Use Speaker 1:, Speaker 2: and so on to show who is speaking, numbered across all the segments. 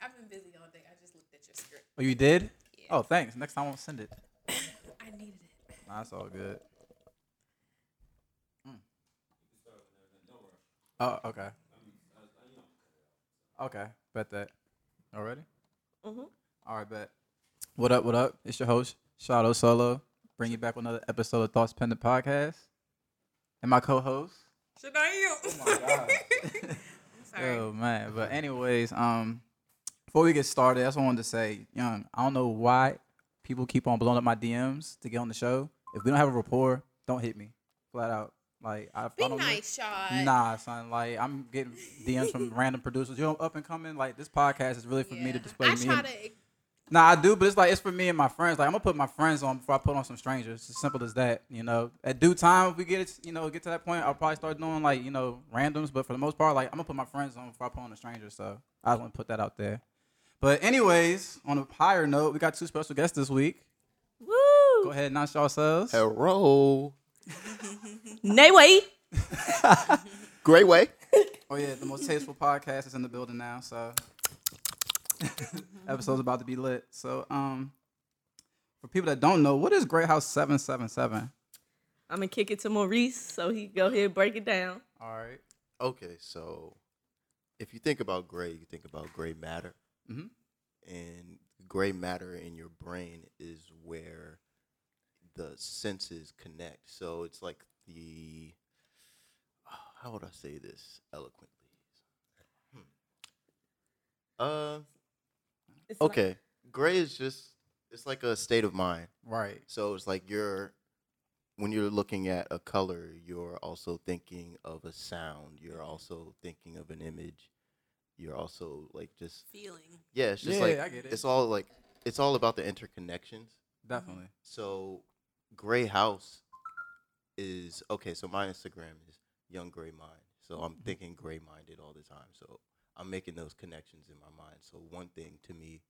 Speaker 1: I've been busy all day. I just looked at your script.
Speaker 2: Oh, you did?
Speaker 1: Yeah.
Speaker 2: Oh, thanks. Next time I won't send it.
Speaker 1: I needed it.
Speaker 2: Nah, that's all good. Mm. Oh, okay. Okay, bet that. Already?
Speaker 1: Mhm.
Speaker 2: All right, bet. What up? What up? It's your host Shadow Solo. Bring you back with another episode of Thoughts Pendant Podcast, and my co-host.
Speaker 1: Should I you? I'm sorry.
Speaker 2: Oh man, but anyways, um, before we get started, that's what I wanted to say. Young, I don't know why people keep on blowing up my DMs to get on the show. If we don't have a rapport, don't hit me, flat out. Like I, I
Speaker 1: Be
Speaker 2: don't know-
Speaker 1: nice, Shad.
Speaker 2: Nah, son. Like I'm getting DMs from random producers. You're up and coming. Like this podcast is really for me to
Speaker 1: Yeah.
Speaker 2: display
Speaker 1: I
Speaker 2: me.
Speaker 1: try
Speaker 2: and-
Speaker 1: to.
Speaker 2: Nah, I do, but it's like it's for me and my friends. Like I'm gonna put my friends on before I put on some strangers. It's as simple as that, you know. At due time, if we get it, you know, get to that point, I'll probably start doing like you know randoms. But for the most part, like I'm gonna put my friends on before I put on a stranger. So I just want to put that out there. But anyways, on a higher note, we got two special guests this week. Go
Speaker 3: Woo!
Speaker 2: ahead, and announce yourselves.
Speaker 4: Hello.
Speaker 3: Nay way.
Speaker 4: Great way.
Speaker 2: Oh yeah, the most tasteful podcast is in the building now, so episode's about to be lit. So um for people that don't know, what is Great House 777?
Speaker 3: I'm gonna kick it to Maurice so he can go ahead and break it down.
Speaker 2: All right.
Speaker 4: Okay, so if you think about gray, you think about gray matter.
Speaker 2: Mhm.
Speaker 4: And gray matter in your brain is where the senses connect. So it's like the how would I say this eloquently? Hmm. Uh
Speaker 3: It's like-
Speaker 4: okay. Gray is just it's like a state of mind.
Speaker 2: Right.
Speaker 4: So it's like you're when you're looking at a color, you're also thinking of a sound. You're also thinking of an image. You're also like just
Speaker 1: Feeling.
Speaker 4: yeah, it's just
Speaker 2: Yeah,
Speaker 4: like
Speaker 2: I get it.
Speaker 4: it's all like it's all about the interconnections.
Speaker 2: Definitely.
Speaker 4: So Gray House is okay, so my Instagram is Young Gray Mind. So I'm thinking gray minded all the time. So I'm making those connections in my mind. So one thing to me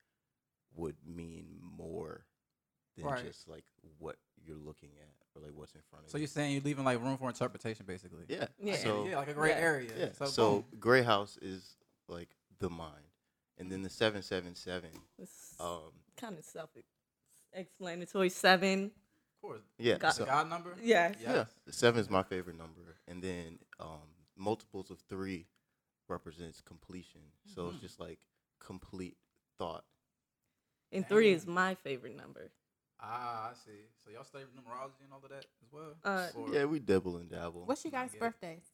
Speaker 4: would mean more than
Speaker 2: Right.
Speaker 4: just like what you're looking at or like what's in front of
Speaker 2: So
Speaker 4: you.
Speaker 2: you're saying you're leaving like room for interpretation basically.
Speaker 4: yeah.
Speaker 3: Yeah.
Speaker 4: So
Speaker 2: yeah, like a gray
Speaker 3: Yeah.
Speaker 2: area.
Speaker 4: yeah.
Speaker 2: So,
Speaker 4: So,
Speaker 2: boom.
Speaker 4: gray house is like the mind. And then the 777
Speaker 3: It's
Speaker 2: Oh.
Speaker 4: um
Speaker 3: kind of self-explanatory. Seven.
Speaker 2: of course.
Speaker 4: yeah.
Speaker 3: Got-
Speaker 2: The
Speaker 4: so-
Speaker 2: God number?
Speaker 3: Yeah.
Speaker 2: Yeah.
Speaker 4: Uh, Yeah, seven is my favorite number, and then um, multiples of three represents completion. So it's just like complete thought.
Speaker 3: And three is my favorite number.
Speaker 2: Ah, I see. So y'all study numerology and all of that as well?
Speaker 3: Uh,
Speaker 2: Or-
Speaker 4: Yeah, we dabble and dabble.
Speaker 1: What's your
Speaker 2: I
Speaker 1: guys'
Speaker 2: get it.
Speaker 1: birthdays?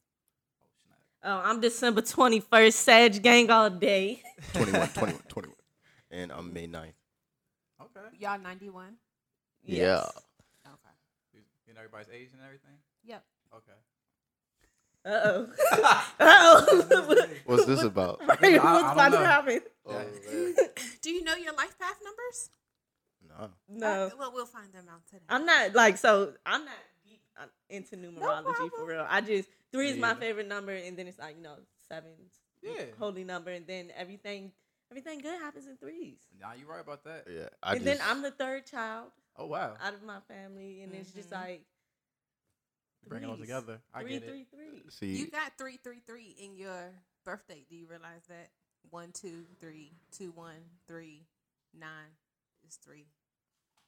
Speaker 2: Oh, snap.
Speaker 3: Oh, I'm December 21st, Sag Gang all day.
Speaker 4: 21, 21, 21. and I'm May 9th.
Speaker 2: Okay.
Speaker 1: Y'all 91?
Speaker 3: Yes.
Speaker 1: Okay.
Speaker 2: You- You know everybody's age and everything?
Speaker 1: Yep.
Speaker 2: Okay.
Speaker 3: Uh oh. uh oh.
Speaker 4: Yeah. What's this about?
Speaker 3: right,
Speaker 2: I- I
Speaker 3: what's about
Speaker 2: don't
Speaker 3: to
Speaker 2: know.
Speaker 3: happen?
Speaker 4: Oh, man.
Speaker 1: Do you know your life path numbers?
Speaker 4: Nah.
Speaker 3: No.
Speaker 1: Uh, well, we'll find them out today.
Speaker 3: I'm not like so. I'm not deep uh, into numerology for
Speaker 1: problem.
Speaker 3: real. I just three is my
Speaker 2: Yeah.
Speaker 3: favorite number, and then it's like you know seven,
Speaker 2: Yeah.
Speaker 3: holy number, and then everything everything good happens in threes.
Speaker 2: Nah, you're right about that.
Speaker 4: Yeah, I
Speaker 3: and
Speaker 4: just,
Speaker 3: then I'm the third child
Speaker 2: Oh wow.
Speaker 3: out of my family, and it's just
Speaker 4: Mm-hmm.
Speaker 1: Mhm.
Speaker 3: like
Speaker 2: Bringing them
Speaker 3: threes.
Speaker 2: together. I
Speaker 3: three,
Speaker 2: get it.
Speaker 3: three, three.
Speaker 4: see.
Speaker 1: You got 333 in your birthday. Do you realize that? One, two, three, two, one, three, nine is three.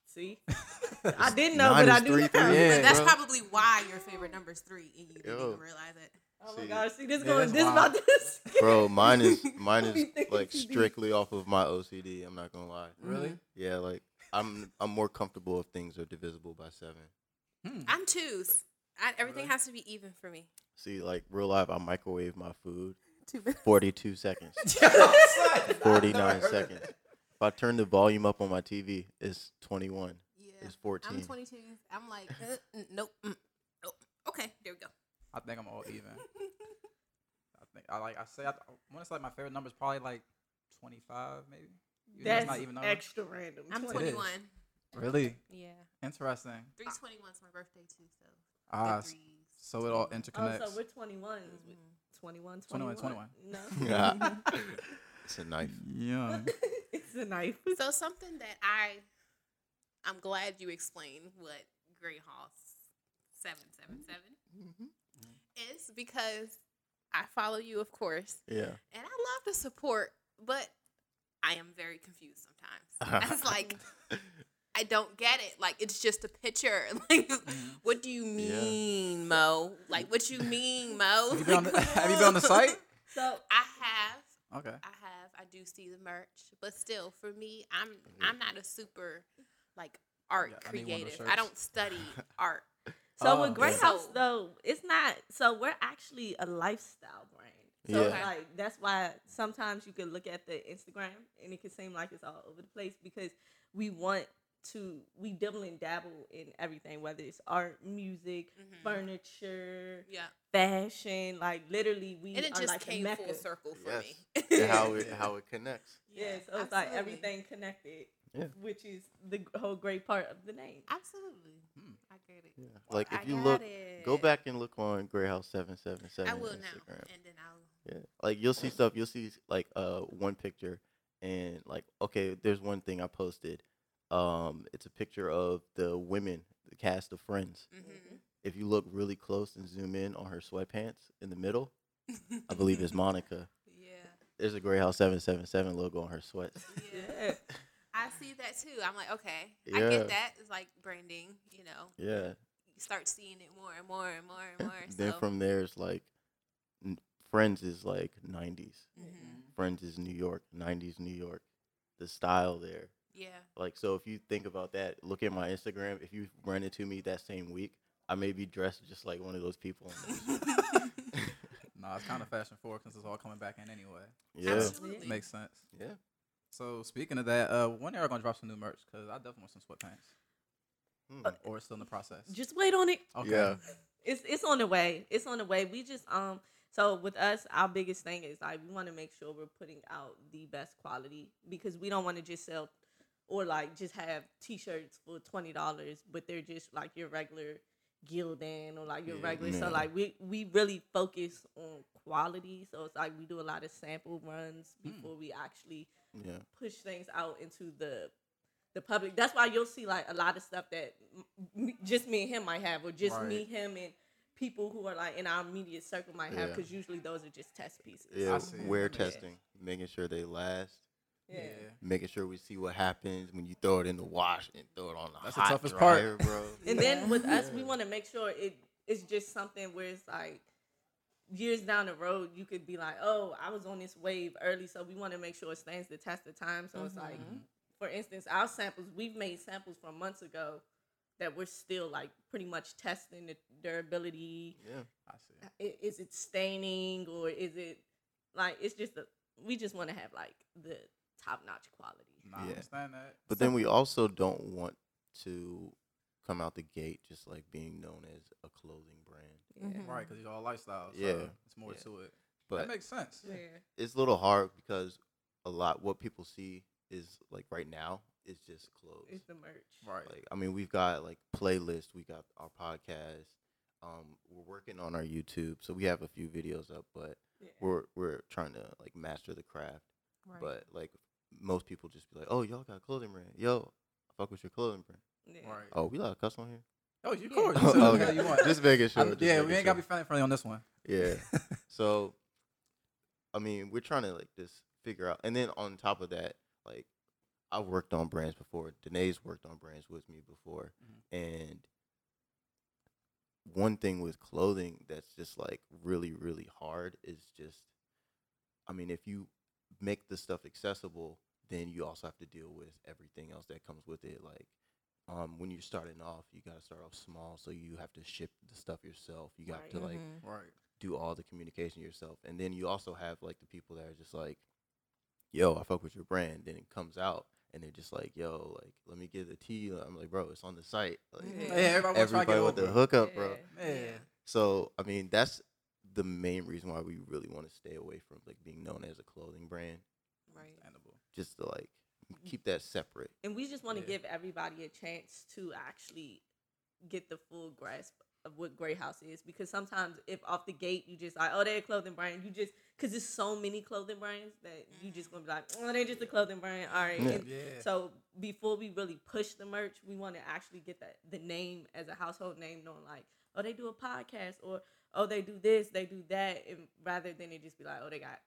Speaker 3: See, I didn't know, but
Speaker 4: Nine
Speaker 3: I
Speaker 4: is
Speaker 3: do
Speaker 4: three,
Speaker 3: now.
Speaker 4: three.
Speaker 2: Yeah.
Speaker 1: But that's
Speaker 4: bro.
Speaker 1: probably why your favorite number is three, and you didn't
Speaker 4: Yo.
Speaker 1: even realize it.
Speaker 3: Oh my
Speaker 4: See.
Speaker 3: gosh, see this
Speaker 2: Yeah,
Speaker 3: going
Speaker 2: that's
Speaker 3: this about
Speaker 2: wild.
Speaker 3: this.
Speaker 4: Bro, mine is mine
Speaker 3: Be
Speaker 4: is
Speaker 3: thinking
Speaker 4: like
Speaker 3: too deep.
Speaker 4: strictly off of my OCD. I'm not gonna lie.
Speaker 2: Really?
Speaker 4: Yeah, like I'm I'm more comfortable if things are divisible by seven.
Speaker 2: Hmm.
Speaker 1: I'm twos. I, everything
Speaker 2: Really?
Speaker 1: has to be even for me.
Speaker 4: See, like real life, I microwave my food
Speaker 1: Two minutes.
Speaker 4: 42 seconds.
Speaker 2: Son,
Speaker 4: 49 seconds. If I turn the volume up on my TV, it's 21.
Speaker 1: Yeah.
Speaker 4: It's 14.
Speaker 1: I'm 22. I'm like, uh, mm, nope, mm, nope. Okay, there we go.
Speaker 2: I think I'm all even. I think I like I say I want to say like my favorite number is probably like 25 maybe. You know,
Speaker 3: That's
Speaker 2: it's not even number.
Speaker 3: extra random.
Speaker 1: I'm
Speaker 3: 20.
Speaker 1: 21.
Speaker 2: Really
Speaker 1: Yeah.
Speaker 2: interesting.
Speaker 1: 321 is my birthday, too, so. the
Speaker 2: Ah, s-
Speaker 1: threes. Mm-hmm.
Speaker 2: so it all
Speaker 3: Oh,
Speaker 2: interconnects.
Speaker 3: so we're 21. 21,
Speaker 2: 21,
Speaker 3: 21.
Speaker 2: 21.
Speaker 3: No.
Speaker 4: it's a knife.
Speaker 2: yeah.
Speaker 3: it's a knife.
Speaker 2: Um.
Speaker 1: So something that I, I'm glad you explained what Gray Hall seven seven seven is because I follow you, of course,
Speaker 4: Yeah.
Speaker 1: and I love to support, but I am very confused sometimes. I was like, I don't get it. Like it's just a picture. Like
Speaker 2: Mm-hmm.
Speaker 1: what do you
Speaker 4: Yeah.
Speaker 1: mean, Mo? Like what you mean,
Speaker 3: Oh,
Speaker 1: Mo?
Speaker 2: Have you been on the,
Speaker 1: Like,
Speaker 2: have you been on the site?
Speaker 3: So
Speaker 1: I have.
Speaker 2: Okay.
Speaker 1: I have. I do see the merch, but still, for me, I'm I'm not a super like art
Speaker 2: Yeah, I need one of those
Speaker 1: creative. I
Speaker 2: shirts.
Speaker 1: don't study art.
Speaker 3: So
Speaker 2: Oh,
Speaker 3: with Grey
Speaker 1: yeah.
Speaker 3: House
Speaker 1: So-
Speaker 3: though, it's not so we're actually a lifestyle brand. So
Speaker 1: Yeah.
Speaker 3: like that's why sometimes you can look at the Instagram and it can seem like it's all over the place because we want to we double and dabble in everything, whether it's art, music,
Speaker 1: Mhm.
Speaker 3: furniture,
Speaker 1: Yeah,
Speaker 3: fashion, like literally we
Speaker 1: and it
Speaker 3: are
Speaker 1: just
Speaker 3: like a
Speaker 1: came
Speaker 3: mecca.
Speaker 1: full circle for
Speaker 4: Yes.
Speaker 1: me.
Speaker 4: And how it how it connects.
Speaker 3: Yeah, so it's like
Speaker 1: absolutely.
Speaker 3: everything connected,
Speaker 4: Yeah.
Speaker 3: which is the g- whole great part of the name.
Speaker 1: Absolutely,
Speaker 2: Hmm.
Speaker 1: I get it.
Speaker 4: Yeah. Like
Speaker 1: I
Speaker 4: if you
Speaker 1: got
Speaker 4: look,
Speaker 1: it.
Speaker 4: go back and look on Grey House seven seven seven.
Speaker 1: I will now,
Speaker 4: Instagram.
Speaker 1: and then I'll.
Speaker 4: Yeah. Like you'll see stuff. You'll see like uh one picture and like okay, there's one thing I posted. Um, it's a picture of the women, the cast of Friends.
Speaker 1: Mm-hmm.
Speaker 4: If you look really close and zoom in on her sweatpants in the middle, I believe it's Monica.
Speaker 1: mm-hmm. yeah,
Speaker 4: There's a Grey House seven seven seven logo on her sweats.
Speaker 1: yeah.
Speaker 3: Yeah.
Speaker 1: I see that too. I'm like, okay, I
Speaker 4: Yeah.
Speaker 1: get that. It's like branding, you know.
Speaker 4: Yeah.
Speaker 1: You start seeing it more and more and more and more.
Speaker 4: Then
Speaker 1: so,
Speaker 4: from there, it's like n- Friends is like '90s.
Speaker 1: Mhm.
Speaker 4: Friends is New York, '90s New York. The style there,
Speaker 1: yeah,
Speaker 4: like so. If you think about that, look at my Instagram. If you run into me that same week, I may be dressed just like one of those people. on those.
Speaker 2: Nah, it's kind of fashion forward since it's all coming back in anyway.
Speaker 4: yeah,
Speaker 1: absolutely.
Speaker 2: Makes sense.
Speaker 4: yeah.
Speaker 2: So speaking of that, uh, when are gonna drop some new merch? Cause I definitely want some sweatpants.
Speaker 4: Hmm.
Speaker 2: Or it's still in the process.
Speaker 3: Just wait on it.
Speaker 2: Okay.
Speaker 4: Yeah.
Speaker 3: it's it's on the way. It's on the way. We just um so with us, our biggest thing is like we want to make sure we're putting out the best quality because we don't want to just sell or like just have t-shirts for twenty dollars, but they're just like your regular Gildan or like your
Speaker 2: Yeah.
Speaker 3: regular.
Speaker 4: Yeah.
Speaker 3: So like we we really focus on quality. So it's like we do a lot of sample runs
Speaker 2: Mm.
Speaker 3: before we actually
Speaker 4: yeah,
Speaker 3: push things out into the the public. That's why you'll see like a lot of stuff that m- m- just me and him might have, or just me,
Speaker 2: Right.
Speaker 3: him, and people who are like in our immediate circle might have,
Speaker 4: Yeah.
Speaker 3: because usually those are just test pieces.
Speaker 4: yeah.
Speaker 2: see.
Speaker 4: Wear
Speaker 2: Yeah.
Speaker 4: testing, making sure they last,
Speaker 3: Yeah.
Speaker 4: making sure we see what happens when you throw it in the wash and throw it on the
Speaker 2: That's the
Speaker 4: hot
Speaker 2: toughest part.
Speaker 4: dryer, bro.
Speaker 3: And
Speaker 1: Yeah.
Speaker 3: then with us, we
Speaker 4: Yeah.
Speaker 3: want to make sure it it's just something where it's like years down the road, you could be like, oh, I was on this wave early, so we want to make sure it stands the test of time. So it's like,
Speaker 2: Mhm.
Speaker 3: for instance, our samples, we've made samples from months ago that we're still like pretty much testing the durability.
Speaker 4: yeah.
Speaker 2: I see.
Speaker 3: I- Is it staining or is it like it's just a, we just want to have like the top notch quality.
Speaker 2: Nah, I
Speaker 4: Yeah.
Speaker 2: understand that.
Speaker 4: But then we also don't want to come out the gate just like being known as a clothing brand.
Speaker 3: Yeah.
Speaker 1: Mhm.
Speaker 2: Mm-hmm. Right, because it's all lifestyle. So
Speaker 4: Yeah.
Speaker 2: It's more
Speaker 4: Yeah.
Speaker 2: to it.
Speaker 4: But
Speaker 2: that makes sense.
Speaker 3: Yeah.
Speaker 4: it's a little hard because a lot what people see is like right now is just clothes.
Speaker 3: It's the merch.
Speaker 2: Right.
Speaker 4: Like I mean, we've got like playlists, we got our podcast. Um, we're working on our YouTube, so we have a few videos up, but
Speaker 3: Yeah.
Speaker 4: we're we're trying to like master the craft. But like most people just be like, "Oh, y'all got a clothing brand? Yo, fuck with your clothing brand."
Speaker 3: Yeah.
Speaker 2: Right.
Speaker 4: Oh, we got a cuss on here.
Speaker 2: Oh, you
Speaker 3: Yeah.
Speaker 2: cool. You
Speaker 3: Oh,
Speaker 2: said whatever
Speaker 4: okay.
Speaker 2: you want.
Speaker 4: Just making sure.
Speaker 2: I'm-
Speaker 4: just
Speaker 2: yeah,
Speaker 4: making
Speaker 2: we ain't
Speaker 4: sure.
Speaker 2: gotta be family friendly on this one.
Speaker 4: Yeah. So, I mean, we're trying to like just figure out, and then on top of that, like I've worked on brands before. Danae's worked on brands with me before, and one thing with clothing that's just like really, really hard is just, I mean, if you make the stuff accessible, then you also have to deal with everything else that comes with it, like um, when you're starting off, you gotta start off small, so you have to ship the stuff yourself. You got
Speaker 3: Right.
Speaker 4: to
Speaker 1: Mm-hmm.
Speaker 4: like
Speaker 2: Right.
Speaker 4: do all the communication yourself, and then you also have like the people that are just like, "Yo, I fuck with your brand." Then it comes out, and they're just like, "Yo, like let me get the tea." I'm like, "Bro, it's on the site." Like,
Speaker 3: Yeah.
Speaker 2: Yeah, everybody, wants to try to get
Speaker 4: Everybody with
Speaker 2: over
Speaker 4: the
Speaker 2: it.
Speaker 4: hookup, bro.
Speaker 3: Yeah.
Speaker 2: Mm-hmm. Yeah.
Speaker 1: Yeah.
Speaker 4: So I mean, that's the main reason why we really want to stay away from like being known as a clothing brand,
Speaker 1: right.
Speaker 2: Understandable.
Speaker 4: just to like keep that separate.
Speaker 3: and we just want to
Speaker 2: Yeah.
Speaker 3: give everybody a chance to actually get the full grasp of what Grey House is because sometimes if off the gate you just like oh they're a clothing brand you just because there's so many clothing brands that you just gonna be like oh they're just a clothing brand all right
Speaker 4: Yeah.
Speaker 3: And
Speaker 2: Yeah.
Speaker 3: so before we really push the merch we want to actually get that the name as a household name known like oh they do a podcast or oh they do this they do that and rather than it just be like oh they got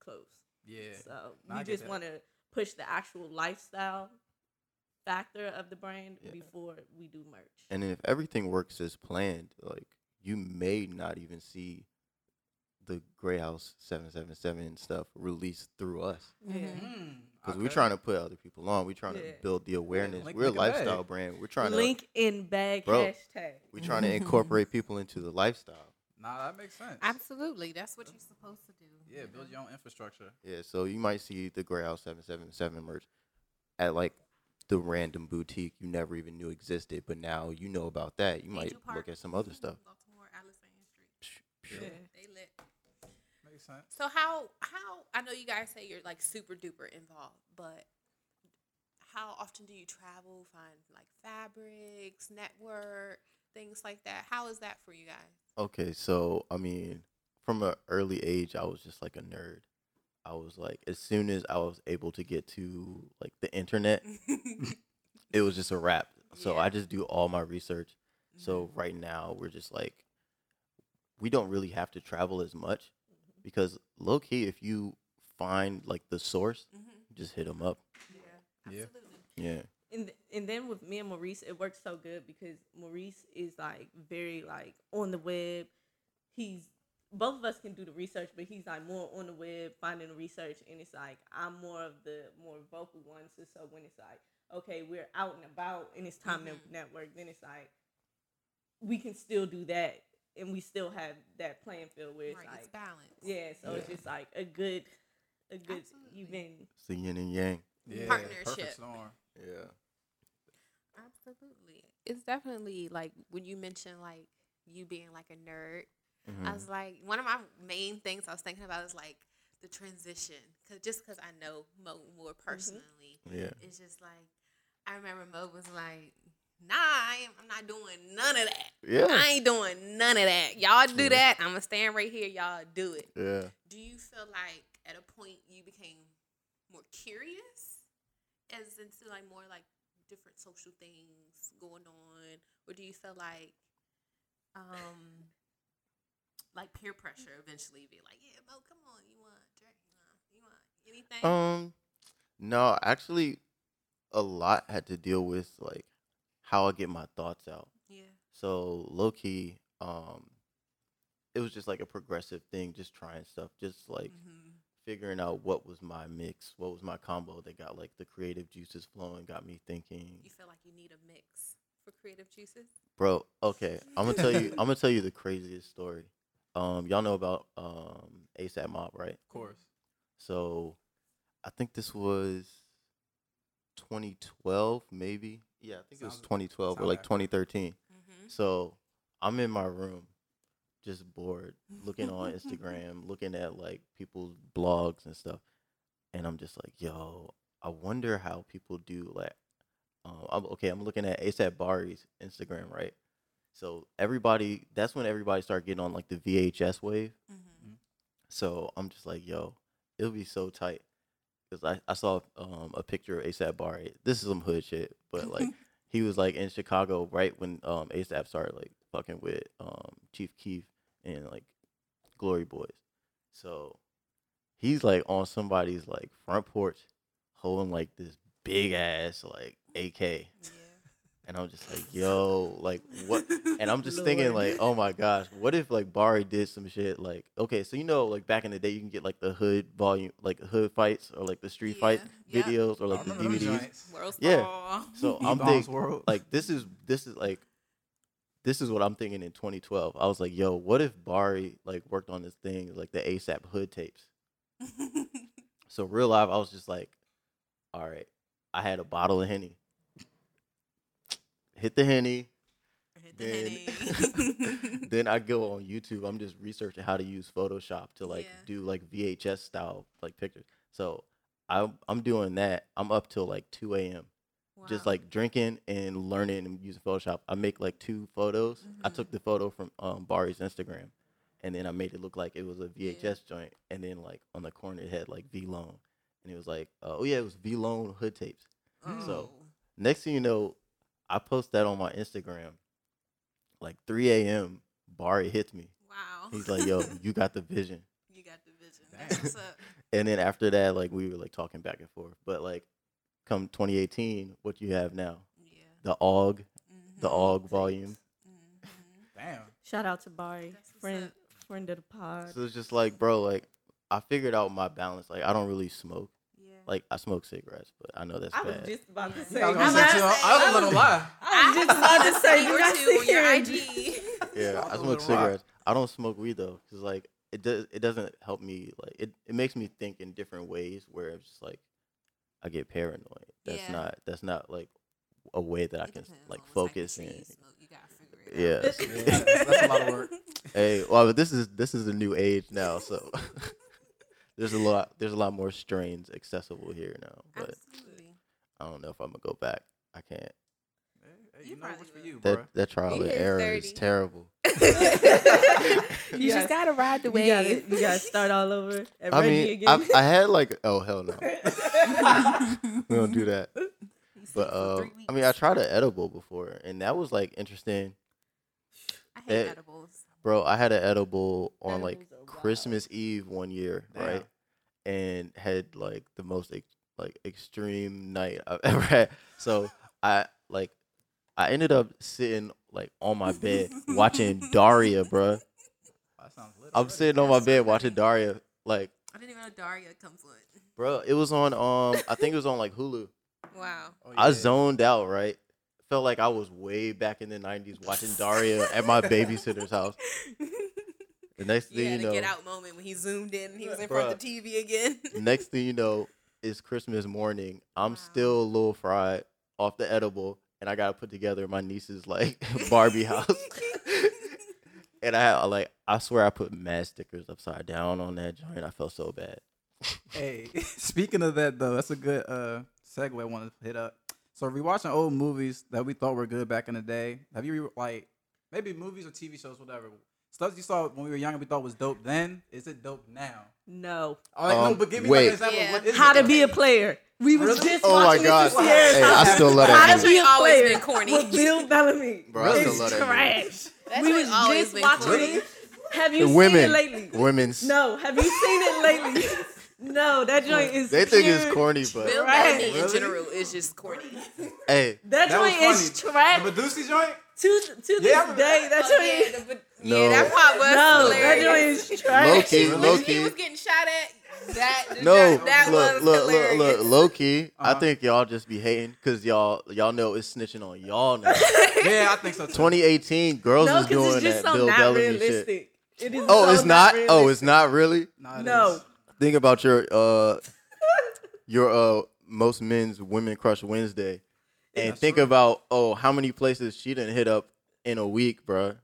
Speaker 3: clothes
Speaker 2: yeah.
Speaker 3: so
Speaker 2: Nah, I
Speaker 3: we
Speaker 2: get
Speaker 3: just
Speaker 2: that.
Speaker 3: want to push the actual lifestyle factor of the brand
Speaker 4: Yeah.
Speaker 3: before we do merch.
Speaker 4: And if everything works as planned, like you may not even see the Grey House 777 stuff released through us
Speaker 3: Yeah.
Speaker 2: Hmm,
Speaker 4: because we're trying to put other people on. We're trying
Speaker 3: Yeah.
Speaker 4: to build the awareness.
Speaker 2: link-
Speaker 4: we're a
Speaker 2: link 'em back.
Speaker 4: lifestyle brand. We're trying
Speaker 3: Link in bag
Speaker 4: Bro.
Speaker 3: hashtag.
Speaker 4: to we're trying to incorporate people into the lifestyle.
Speaker 2: Nah, that makes sense.
Speaker 1: Absolutely, that's what you're supposed to do.
Speaker 2: Yeah,
Speaker 1: you
Speaker 2: build
Speaker 1: know?
Speaker 2: your own infrastructure.
Speaker 4: Yeah, so you might see the Grey House 777 merch at like the random boutique you never even knew existed, but now you know about that. You might
Speaker 1: Angel Park.
Speaker 4: look at some other stuff.
Speaker 1: Baltimore, Alexander Street.
Speaker 3: Yeah.
Speaker 1: They lit.
Speaker 2: Makes sense.
Speaker 1: So how how I know you guys say you're like super duper involved, but how often do you travel, find like fabrics, network, things like that? How is that for you guys?
Speaker 4: Okay, so I mean, from an early age, I was just like a nerd. I was like, as soon as I was able to get to like the internet, it was just a wrap. So
Speaker 1: Yeah.
Speaker 4: I just do all my research. So right now, we're just like, we don't really have to travel as much because low key, if you find like the source,
Speaker 1: Mhm.
Speaker 4: just hit them up.
Speaker 1: Yeah,
Speaker 2: Yeah.
Speaker 1: absolutely.
Speaker 4: Yeah.
Speaker 3: and th- and then with me and Maurice, it works so good because Maurice is like very like on the web. He's both of us can do the research, but he's like more on the web, finding the research, and it's like I'm more of the more vocal one. So, so when it's like, okay, we're out and about, and it's time
Speaker 1: Mhm.
Speaker 3: to network, then it's like we can still do that, and we still have that playing field where it's
Speaker 1: Right, it's
Speaker 3: like,
Speaker 1: balance.
Speaker 3: yeah, so it's
Speaker 4: Yeah.
Speaker 3: just like a good, a good
Speaker 1: Absolutely.
Speaker 3: even.
Speaker 4: It's the yin and yang.
Speaker 2: Yeah.
Speaker 1: Partnership.
Speaker 2: Perfect storm.
Speaker 4: Yeah.
Speaker 1: Absolutely. It's definitely like when you mention like you being like a nerd,
Speaker 4: Mm-hmm. Mm.
Speaker 1: I was like, one of my main things I was thinking about is like the transition, cause just cause I know Mo more
Speaker 3: Mm-hmm.
Speaker 1: personally,
Speaker 4: Yeah.
Speaker 1: it's just like I remember Mo was like, Nah, I am, I'm not doing none of that.
Speaker 4: Yeah. Mm-hmm.
Speaker 1: I ain't doing none of that. Y'all do
Speaker 4: Yeah.
Speaker 1: that. I'ma stand right here. Y'all do it.
Speaker 4: Yeah.
Speaker 1: Do you feel like at a point you became more curious, as into like more like different social things going on, or do you feel like, um, like peer pressure eventually be like, yeah, Mo, come on, you want, drink, you want, you want anything?
Speaker 4: Um, no, actually, a lot had to deal with like how I get my thoughts out.
Speaker 1: yeah,
Speaker 4: So low key, um, it was just like a progressive thing, just trying stuff, just like
Speaker 1: Mhm.
Speaker 4: figuring out what was my mix, what was my combo that got like the creative juices flowing, got me thinking.
Speaker 1: you feel like you need a mix for creative juices.
Speaker 4: Bro, okay, I'm gonna tell you, I'm gonna tell you the craziest story. Um, y'all know about um ASAP Mob, right?
Speaker 2: Of course.
Speaker 4: So I think this was 2012, maybe. Yeah, I think it was
Speaker 2: Sounds-
Speaker 4: 2012 or
Speaker 2: sound
Speaker 4: like
Speaker 2: accurate.
Speaker 4: 2013.
Speaker 1: Mm-hmm.
Speaker 4: So I'm in my room, just bored, looking on Instagram, looking at like people's blogs and stuff, and I'm just like, yo, I wonder how people do like. Um, I'm, okay, I'm looking at ASAP Bari's Instagram, right? So everybody, that's when everybody started getting on like the VHS wave.
Speaker 1: Mm-hmm.
Speaker 4: So I'm just like, yo, it'll be so tight. Cause I, I saw um, a picture of ASAP Bari. This is some hood shit, but like he was like in Chicago right when um, ASAP started like fucking with um, Chief Keef and like Glory Boys. So he's like on somebody's like front porch holding like this big ass like AK,
Speaker 1: Yeah.
Speaker 4: and I'm just like, yo, like what? And I'm just thinking
Speaker 3: Mm-hmm. Lord.
Speaker 4: like, oh my gosh, what if like Bari did some shit like okay, so you know like back in the day you can get like the hood volume like hood fights or like the street fight
Speaker 1: Yeah.
Speaker 4: videos or like the
Speaker 2: remember those
Speaker 4: DVDs.
Speaker 2: joints.
Speaker 1: World
Speaker 4: Yeah.
Speaker 1: star.
Speaker 4: So I'm
Speaker 2: E-Bombs
Speaker 4: thinking
Speaker 2: World.
Speaker 4: like this is this is like this is what I'm thinking in 2012. I was like, yo, what if Bari like worked on this thing like the ASAP hood tapes? So real life, I was just like, all right, I had a bottle of henny. Hit the henny.
Speaker 1: Hit the
Speaker 4: then,
Speaker 1: henny.
Speaker 4: then I go on YouTube. I'm just researching how to use Photoshop to like
Speaker 1: Yeah.
Speaker 4: do like VHS style like pictures. So I'm I'm doing that. I'm up till like 2 a.m. Just
Speaker 1: Wow.
Speaker 4: like drinking and learning and using Photoshop. I make like two photos. I
Speaker 1: Mhm.
Speaker 4: took the photo from um, Bari's Instagram, and then I made it look like it was a
Speaker 1: Yeah.
Speaker 4: VHS joint. And then like on the corner it had like V Loan, and it was like uh, oh yeah, it was V Loan hood tapes.
Speaker 1: Oh.
Speaker 4: So- Next thing you know, I post that on my Instagram. Like 3 a.m., Bari hits me.
Speaker 1: Wow.
Speaker 4: He's like, yo, you got the vision.
Speaker 1: you got the vision. religion. That's what's up.
Speaker 4: and then after that, like we were like talking back and forth. But like, come 2018, what you have now?
Speaker 1: Yeah.
Speaker 4: The AUG, the
Speaker 1: Mhm.
Speaker 4: AUG volume.
Speaker 1: Mhm.
Speaker 2: Damn.
Speaker 3: Shout out to Bari,
Speaker 1: That's what's
Speaker 3: friend
Speaker 1: up.
Speaker 3: friend of the pod.
Speaker 4: So it's just like, bro, like I figured out my balance. Like I don't really smoke.
Speaker 1: Yeah.
Speaker 4: Like I smoke cigarettes, but I know that's
Speaker 3: I was
Speaker 4: bad.
Speaker 3: just about
Speaker 1: Yeah.
Speaker 3: to say.
Speaker 2: I was gonna
Speaker 1: I'm
Speaker 2: say,
Speaker 1: about
Speaker 2: too,
Speaker 1: to say-
Speaker 2: I was gonna lie.
Speaker 3: I was just about to say. You guys sit here
Speaker 1: on
Speaker 3: and
Speaker 1: your
Speaker 3: just-
Speaker 1: IG.
Speaker 2: Smoke
Speaker 4: yeah, I
Speaker 2: a
Speaker 4: smoke
Speaker 2: little rock.
Speaker 4: cigarettes. I don't smoke weed though, because like it does. It doesn't help me. Like it, it makes me think in different ways where it's just like I get paranoid. That's
Speaker 1: Yeah.
Speaker 4: not. That's not like a way that I
Speaker 1: It
Speaker 4: can
Speaker 1: depends on
Speaker 4: like
Speaker 1: what type of
Speaker 4: focus
Speaker 1: tree you
Speaker 4: in.
Speaker 1: smoke. You gotta figure it out.
Speaker 4: Yeah.
Speaker 2: that's- that's a lot of work.
Speaker 4: hey, well, but this is this is a new age now, so there's a lot there's a lot more strains accessible here now. But
Speaker 1: Absolutely.
Speaker 4: I don't know if I'm gonna go back. I can't.
Speaker 2: Hey,
Speaker 1: You
Speaker 2: you know
Speaker 1: probably
Speaker 2: what's for
Speaker 1: will.
Speaker 2: you, bro.
Speaker 4: That that trial
Speaker 1: You
Speaker 4: and
Speaker 1: hit
Speaker 4: error is
Speaker 1: 30.
Speaker 4: terrible.
Speaker 3: You
Speaker 1: You
Speaker 3: Yes.
Speaker 1: just gotta ride the
Speaker 3: You gotta,
Speaker 1: wave.
Speaker 3: you gotta start all over at
Speaker 4: I
Speaker 3: Reggie
Speaker 4: mean, I,
Speaker 3: again.
Speaker 4: I had like oh hell no, we don't do that.
Speaker 1: You sleep
Speaker 4: But
Speaker 1: for
Speaker 4: uh,
Speaker 1: three
Speaker 4: I mean, I
Speaker 1: weeks.
Speaker 4: tried an edible before, and that was like interesting,
Speaker 1: I hate
Speaker 4: eh,
Speaker 1: edibles.
Speaker 4: bro. I had an edible on like
Speaker 3: Edibles are wild.
Speaker 4: Christmas Eve one year,
Speaker 2: Damn.
Speaker 4: right? And had like the most ex- like extreme night I've ever had. So I like I ended up sitting like on my bed watching Daria, bro.
Speaker 2: That sounds lit
Speaker 4: I'm
Speaker 2: already.
Speaker 4: sitting on my bed watching Daria, like
Speaker 1: I didn't even know Daria comes on.
Speaker 4: bro. It was on um I think it was on like Hulu.
Speaker 1: Wow.
Speaker 2: Oh,
Speaker 4: I
Speaker 2: yeah.
Speaker 4: zoned out, right? Felt like I was way back in the '90s watching Daria at my babysitter's house. The next
Speaker 1: you
Speaker 4: thing you
Speaker 1: had a
Speaker 4: know,
Speaker 1: get out moment when he zoomed in and he was in front
Speaker 4: Bruh.
Speaker 1: of the TV again.
Speaker 4: next thing you know, it's Christmas morning. I'm
Speaker 1: Wow.
Speaker 4: still a little fried off the edible, and I gotta put together my niece's like Barbie house. and I like, I swear, I put mad stickers upside down on that joint. I felt so bad.
Speaker 2: Hey, speaking of that though, that's a good uh segue I want to hit up. So rewatching old movies that we thought were good back in the day. Have you re- like maybe movies or TV shows, whatever stuff you saw when we were young and we thought was dope then? Is it dope now?
Speaker 3: no.
Speaker 2: Oh, like, no,
Speaker 4: Um,
Speaker 2: but give me
Speaker 4: wait.
Speaker 2: like, an example. of
Speaker 1: Yeah.
Speaker 2: What is
Speaker 3: How
Speaker 2: it,
Speaker 3: to
Speaker 2: though?
Speaker 3: be a player. We was
Speaker 2: Really?
Speaker 3: just
Speaker 4: Oh my
Speaker 3: watching
Speaker 4: God.
Speaker 3: this with Sierra's
Speaker 4: Hey, I
Speaker 3: house.
Speaker 4: still love that
Speaker 3: How to
Speaker 4: movie.
Speaker 3: be a
Speaker 1: Always
Speaker 3: player
Speaker 1: been corny.
Speaker 3: with Bill Bellamy.
Speaker 4: Bro, I still
Speaker 3: It's
Speaker 4: love that movie.
Speaker 3: trash.
Speaker 1: That's
Speaker 3: We
Speaker 1: like
Speaker 3: was
Speaker 1: always
Speaker 3: just
Speaker 1: been
Speaker 3: watching
Speaker 1: corny.
Speaker 3: it. Have you
Speaker 4: The
Speaker 3: seen it
Speaker 4: women,
Speaker 3: lately?
Speaker 4: women's.
Speaker 3: No. Have you seen it lately? No, that joint is.
Speaker 4: They think it's
Speaker 3: pure-
Speaker 4: corny, but
Speaker 1: Bill
Speaker 3: Right.
Speaker 1: Bellamy in
Speaker 2: Really?
Speaker 1: general is just corny.
Speaker 4: hey,
Speaker 3: That,
Speaker 2: That
Speaker 3: joint
Speaker 2: was
Speaker 3: is
Speaker 2: funny.
Speaker 3: trash.
Speaker 2: The Medusa joint?
Speaker 3: to to this
Speaker 2: Yeah.
Speaker 3: day, that
Speaker 1: Oh,
Speaker 3: joint.
Speaker 1: yeah, the- but-
Speaker 4: No.
Speaker 1: yeah, that part was
Speaker 3: No, that
Speaker 1: hilarious.
Speaker 3: joint is
Speaker 4: low
Speaker 3: trash.
Speaker 4: key,
Speaker 2: Really?
Speaker 4: low
Speaker 1: when he
Speaker 4: key.
Speaker 1: was getting shot at, that
Speaker 4: No,
Speaker 1: that, that
Speaker 4: look,
Speaker 1: was
Speaker 4: look,
Speaker 1: hilarious.
Speaker 4: look, look, low key. I
Speaker 2: Uh-huh.
Speaker 4: think y'all just be hating because y'all, y'all know it's snitching on y'all now.
Speaker 2: Yeah, I think so. Too.
Speaker 4: 2018, girls
Speaker 3: No,
Speaker 4: is doing
Speaker 3: because it's just
Speaker 4: that
Speaker 3: so
Speaker 4: Bill
Speaker 3: not
Speaker 4: Bellamy
Speaker 3: realistic.
Speaker 4: shit.
Speaker 3: It is.
Speaker 4: Oh,
Speaker 3: so
Speaker 4: it's not. oh, it's
Speaker 3: realistic.
Speaker 4: not really.
Speaker 2: Nah, it
Speaker 3: No.
Speaker 2: is.
Speaker 4: Think about your uh, your uh, most men's women crush Wednesday, and
Speaker 2: That's
Speaker 4: think
Speaker 2: true.
Speaker 4: about oh, how many places she didn't hit up in a week, bruh.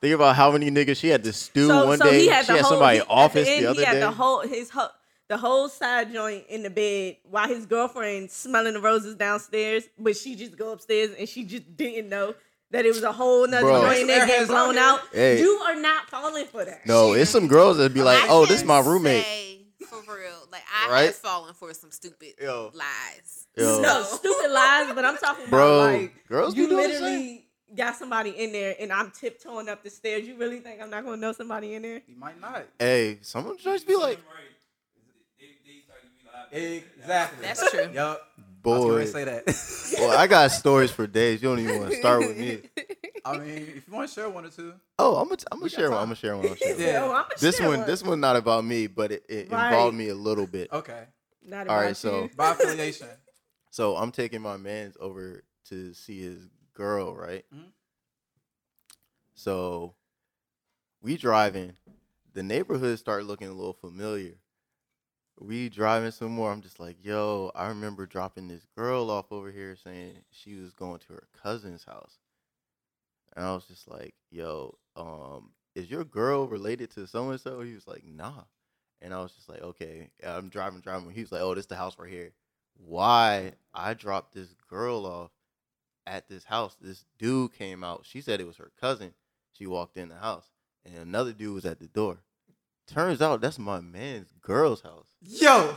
Speaker 4: think about how many niggas she had to stew
Speaker 3: so,
Speaker 4: one
Speaker 3: so
Speaker 4: day.
Speaker 3: He had
Speaker 4: she
Speaker 3: the
Speaker 4: had
Speaker 3: whole,
Speaker 4: somebody
Speaker 3: he- at
Speaker 4: office
Speaker 3: the,
Speaker 4: the,
Speaker 3: end,
Speaker 4: other
Speaker 3: he had
Speaker 4: day.
Speaker 3: The whole his whole the whole side joint in the bed while his girlfriend smelling the roses downstairs, but she just go upstairs and she just didn't know that it was a whole nother
Speaker 4: Bro.
Speaker 3: joint that
Speaker 2: Airheads
Speaker 3: getting blown
Speaker 2: out
Speaker 3: out.
Speaker 4: Hey.
Speaker 3: You are not falling for that.
Speaker 4: no, it's some girls that be like,
Speaker 1: I
Speaker 4: oh, this is
Speaker 1: can
Speaker 4: my roommate.
Speaker 1: say, for real, like I
Speaker 4: Right?
Speaker 1: have fallen for some stupid
Speaker 4: Yo.
Speaker 1: lies.
Speaker 4: Yo.
Speaker 3: No, stupid lies, but I'm talking
Speaker 4: Bro,
Speaker 3: about like
Speaker 4: girls
Speaker 3: you
Speaker 4: be doing the
Speaker 3: literally got somebody in there and I'm tiptoeing up the stairs. You really think I'm not gonna know somebody in there?
Speaker 2: You might not.
Speaker 4: Hey, someone just be like,
Speaker 2: Exactly.
Speaker 1: That's true.
Speaker 2: Yup. I was
Speaker 4: boy,
Speaker 2: gonna say that.
Speaker 4: boy, I got stories for days. You don't even want to start with me.
Speaker 2: I mean, if you want to share one or two,
Speaker 4: Oh, I'm gonna, I'm gonna
Speaker 2: got
Speaker 4: share one. I'm
Speaker 2: time.
Speaker 4: gonna share one. I'm share one.
Speaker 2: Yeah.
Speaker 3: Oh, I'm a
Speaker 4: This
Speaker 3: shit
Speaker 4: one, this one, not about me, but it, it
Speaker 3: Right.
Speaker 4: involved me a little bit.
Speaker 2: okay.
Speaker 3: Not
Speaker 4: All
Speaker 3: about
Speaker 4: right,
Speaker 3: you.
Speaker 4: so-
Speaker 2: By affiliation.
Speaker 4: So I'm taking my man's over to see his girl, right?
Speaker 2: Mhm.
Speaker 4: So we driving. The neighborhood started looking a little familiar. We driving some more. I'm just like, yo, I remember dropping this girl off over here saying she was going to her cousin's house. And I was just like, yo, um, is your girl related to so and so? He was like, nah. And I was just like, okay. I'm driving, driving. He was like, oh, this the house right here why I dropped this girl off at this house. This dude came out. She said it was her cousin. She walked in the house, and another dude was at the door. Turns out that's my man's girl's house.
Speaker 2: Yo.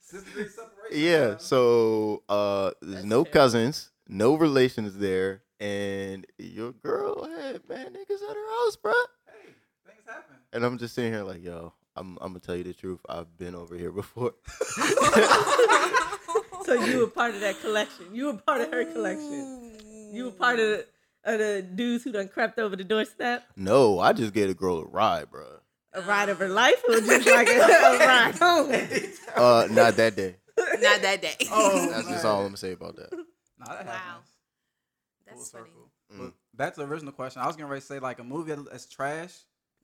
Speaker 2: Sisterly separation.
Speaker 4: Yeah.
Speaker 2: man.
Speaker 4: So uh, there's
Speaker 3: That's
Speaker 4: no
Speaker 3: terrible.
Speaker 4: cousins, no relations there, and your girl had man niggas at her house, bruh.
Speaker 2: hey, things happen.
Speaker 4: And I'm just sitting here like, yo, I'm I'm gonna tell you the truth. I've been over here before.
Speaker 3: So you were part of that collection. You were part of her collection. You were part of the, of the dudes who done crept over the doorstep.
Speaker 4: no, I just gave a girl a ride, bro.
Speaker 3: A ride of her life, or just like a, a ride home.
Speaker 4: Uh, not that day.
Speaker 1: Not that day.
Speaker 4: That's just all I'm gonna say about that.
Speaker 2: Nah, that
Speaker 1: Wow.
Speaker 2: happens.
Speaker 1: That's
Speaker 2: Full
Speaker 1: funny.
Speaker 2: circle.
Speaker 4: Mm.
Speaker 2: But back to the original question. I was getting ready to say like a movie that's trash.